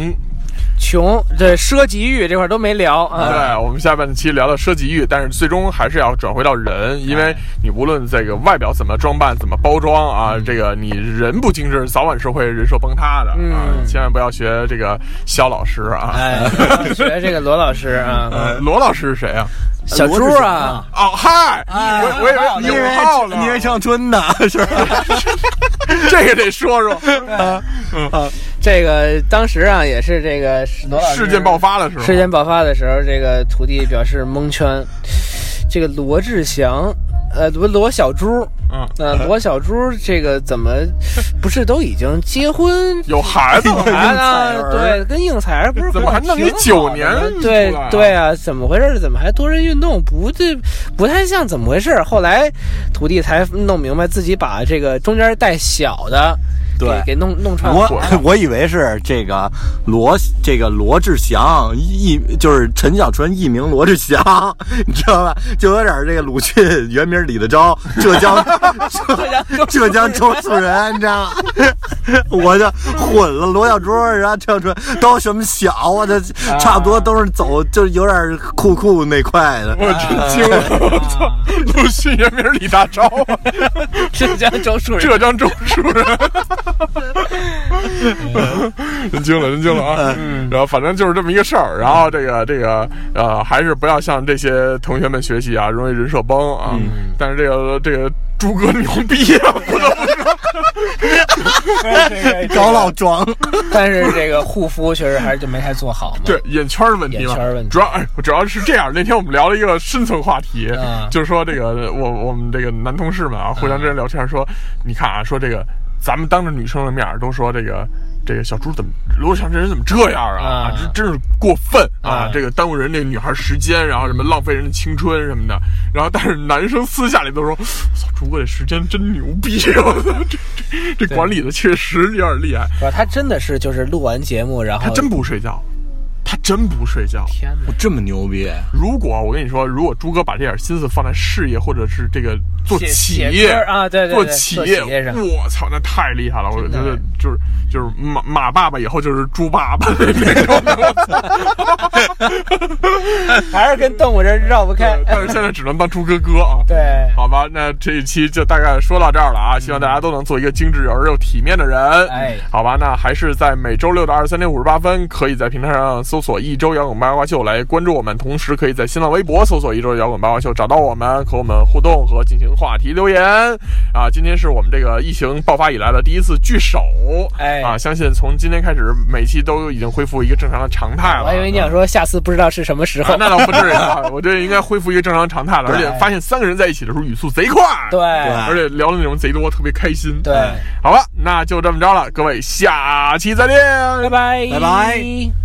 穷对奢极欲这块都没聊啊，哎对，我们下半期聊到奢极欲，但是最终还是要转回到人，因哎为你无论这个外表怎么装扮、怎么包装啊，嗯这个你人不精致，早晚是会人设崩塌的啊！千万不要学这个肖老师啊。嗯哎，学这个罗老师啊， 呃罗老师是谁啊？小猪啊，哦，嗨，哎我我你以以为有为号呢，你以为上春呢？是吧？ 这个得说说，这个当时啊也是这个罗老师事件爆发的时候，事件爆发的时候，这个徒弟表示蒙圈。这个罗志祥，呃，不罗小猪，嗯，呃， 罗小猪这个怎么不是都已经结 婚有孩子了， 啥呢？对，跟应采儿不是怎么还弄一挺好的九年吗出对来啊对啊，怎么回事？怎么还多人运动？不对，不太像怎么回事？后来徒弟才弄明白自己把这个中间带小的给对给弄弄串混嗯我了。 我以为是这个罗这个罗志祥艺就是陈小春艺名罗志祥， 你知道吧？就有点这个鲁迅原名李德钊，浙江 浙浙江周树人，你知道吗？ 我就混了罗小猪，然后陈小春都什么小，我这差不多都是走就是有点酷酷那块的。啊我真惊 了，我操！ 鲁迅原名李大钊啊。浙江周树人，浙江周树人， 真惊了，真惊了啊！嗯然后反正就是这么一个事儿，然后这个这个呃，还是不要向这些同学们学习啊，容易人设崩啊。嗯但是这个这个朱哥牛逼啊，不得不说，找老庄，但是这个护肤确实还是就没太做好嘛。对眼圈的问题嘛嗯眼圈儿问题主要哎主要是这样。那天我们聊了一个深层话题，嗯就是说这个我我们这个男嗯同事们啊，互相之间聊天说，你看啊，说这个咱们当着女生的面儿都说这个这个小猪怎么罗翔这人怎么这样嗯啊？啊这真是过分啊！啊这个耽误人这个女孩时间，然后什么浪费人的青春什么的。然后但是男生私下里都说，操，猪哥这时间真牛逼，我操， 这这这管理的确实有点厉害。不是他真的是就是录完节目，然他后真不睡觉，他真不睡觉。天哪，这么牛逼，如果我跟你说，如果猪哥把这点心思放在事业或者是这个做写企写业歌啊对对对做企做业，企业上我操，那太厉害了！我觉的得就是就是马马爸爸以后就是猪爸爸那种的。我操还是跟动物人绕不开。呃但是现在只能当猪哥哥啊。 对，好吧，那这一期就大概说到这儿了啊！希望大家都能做一个精致而又体面的人。嗯哎好吧，那还是在每周六的二十三点五十八分，可以在平台上搜索“一周摇滚八卦秀”来关注我们，同时可以在新浪微博搜索“一周摇滚八卦秀”找到我们，和我们互动和进行话题留言。啊，今天是我们这个疫情爆发以来的第一次聚首，哎啊，相信从今天开始，每期都已经恢复一个正常的常态了。我还以为你想说下次不知道是什么时啊候。 那倒不至于啊，我这应该恢复一个正常常态了。而且发现三个人在一起的时候语速贼快，对而且聊的内容贼多，特别开心。对，好了，那就这么着了，各位，下期再见，拜拜，拜拜。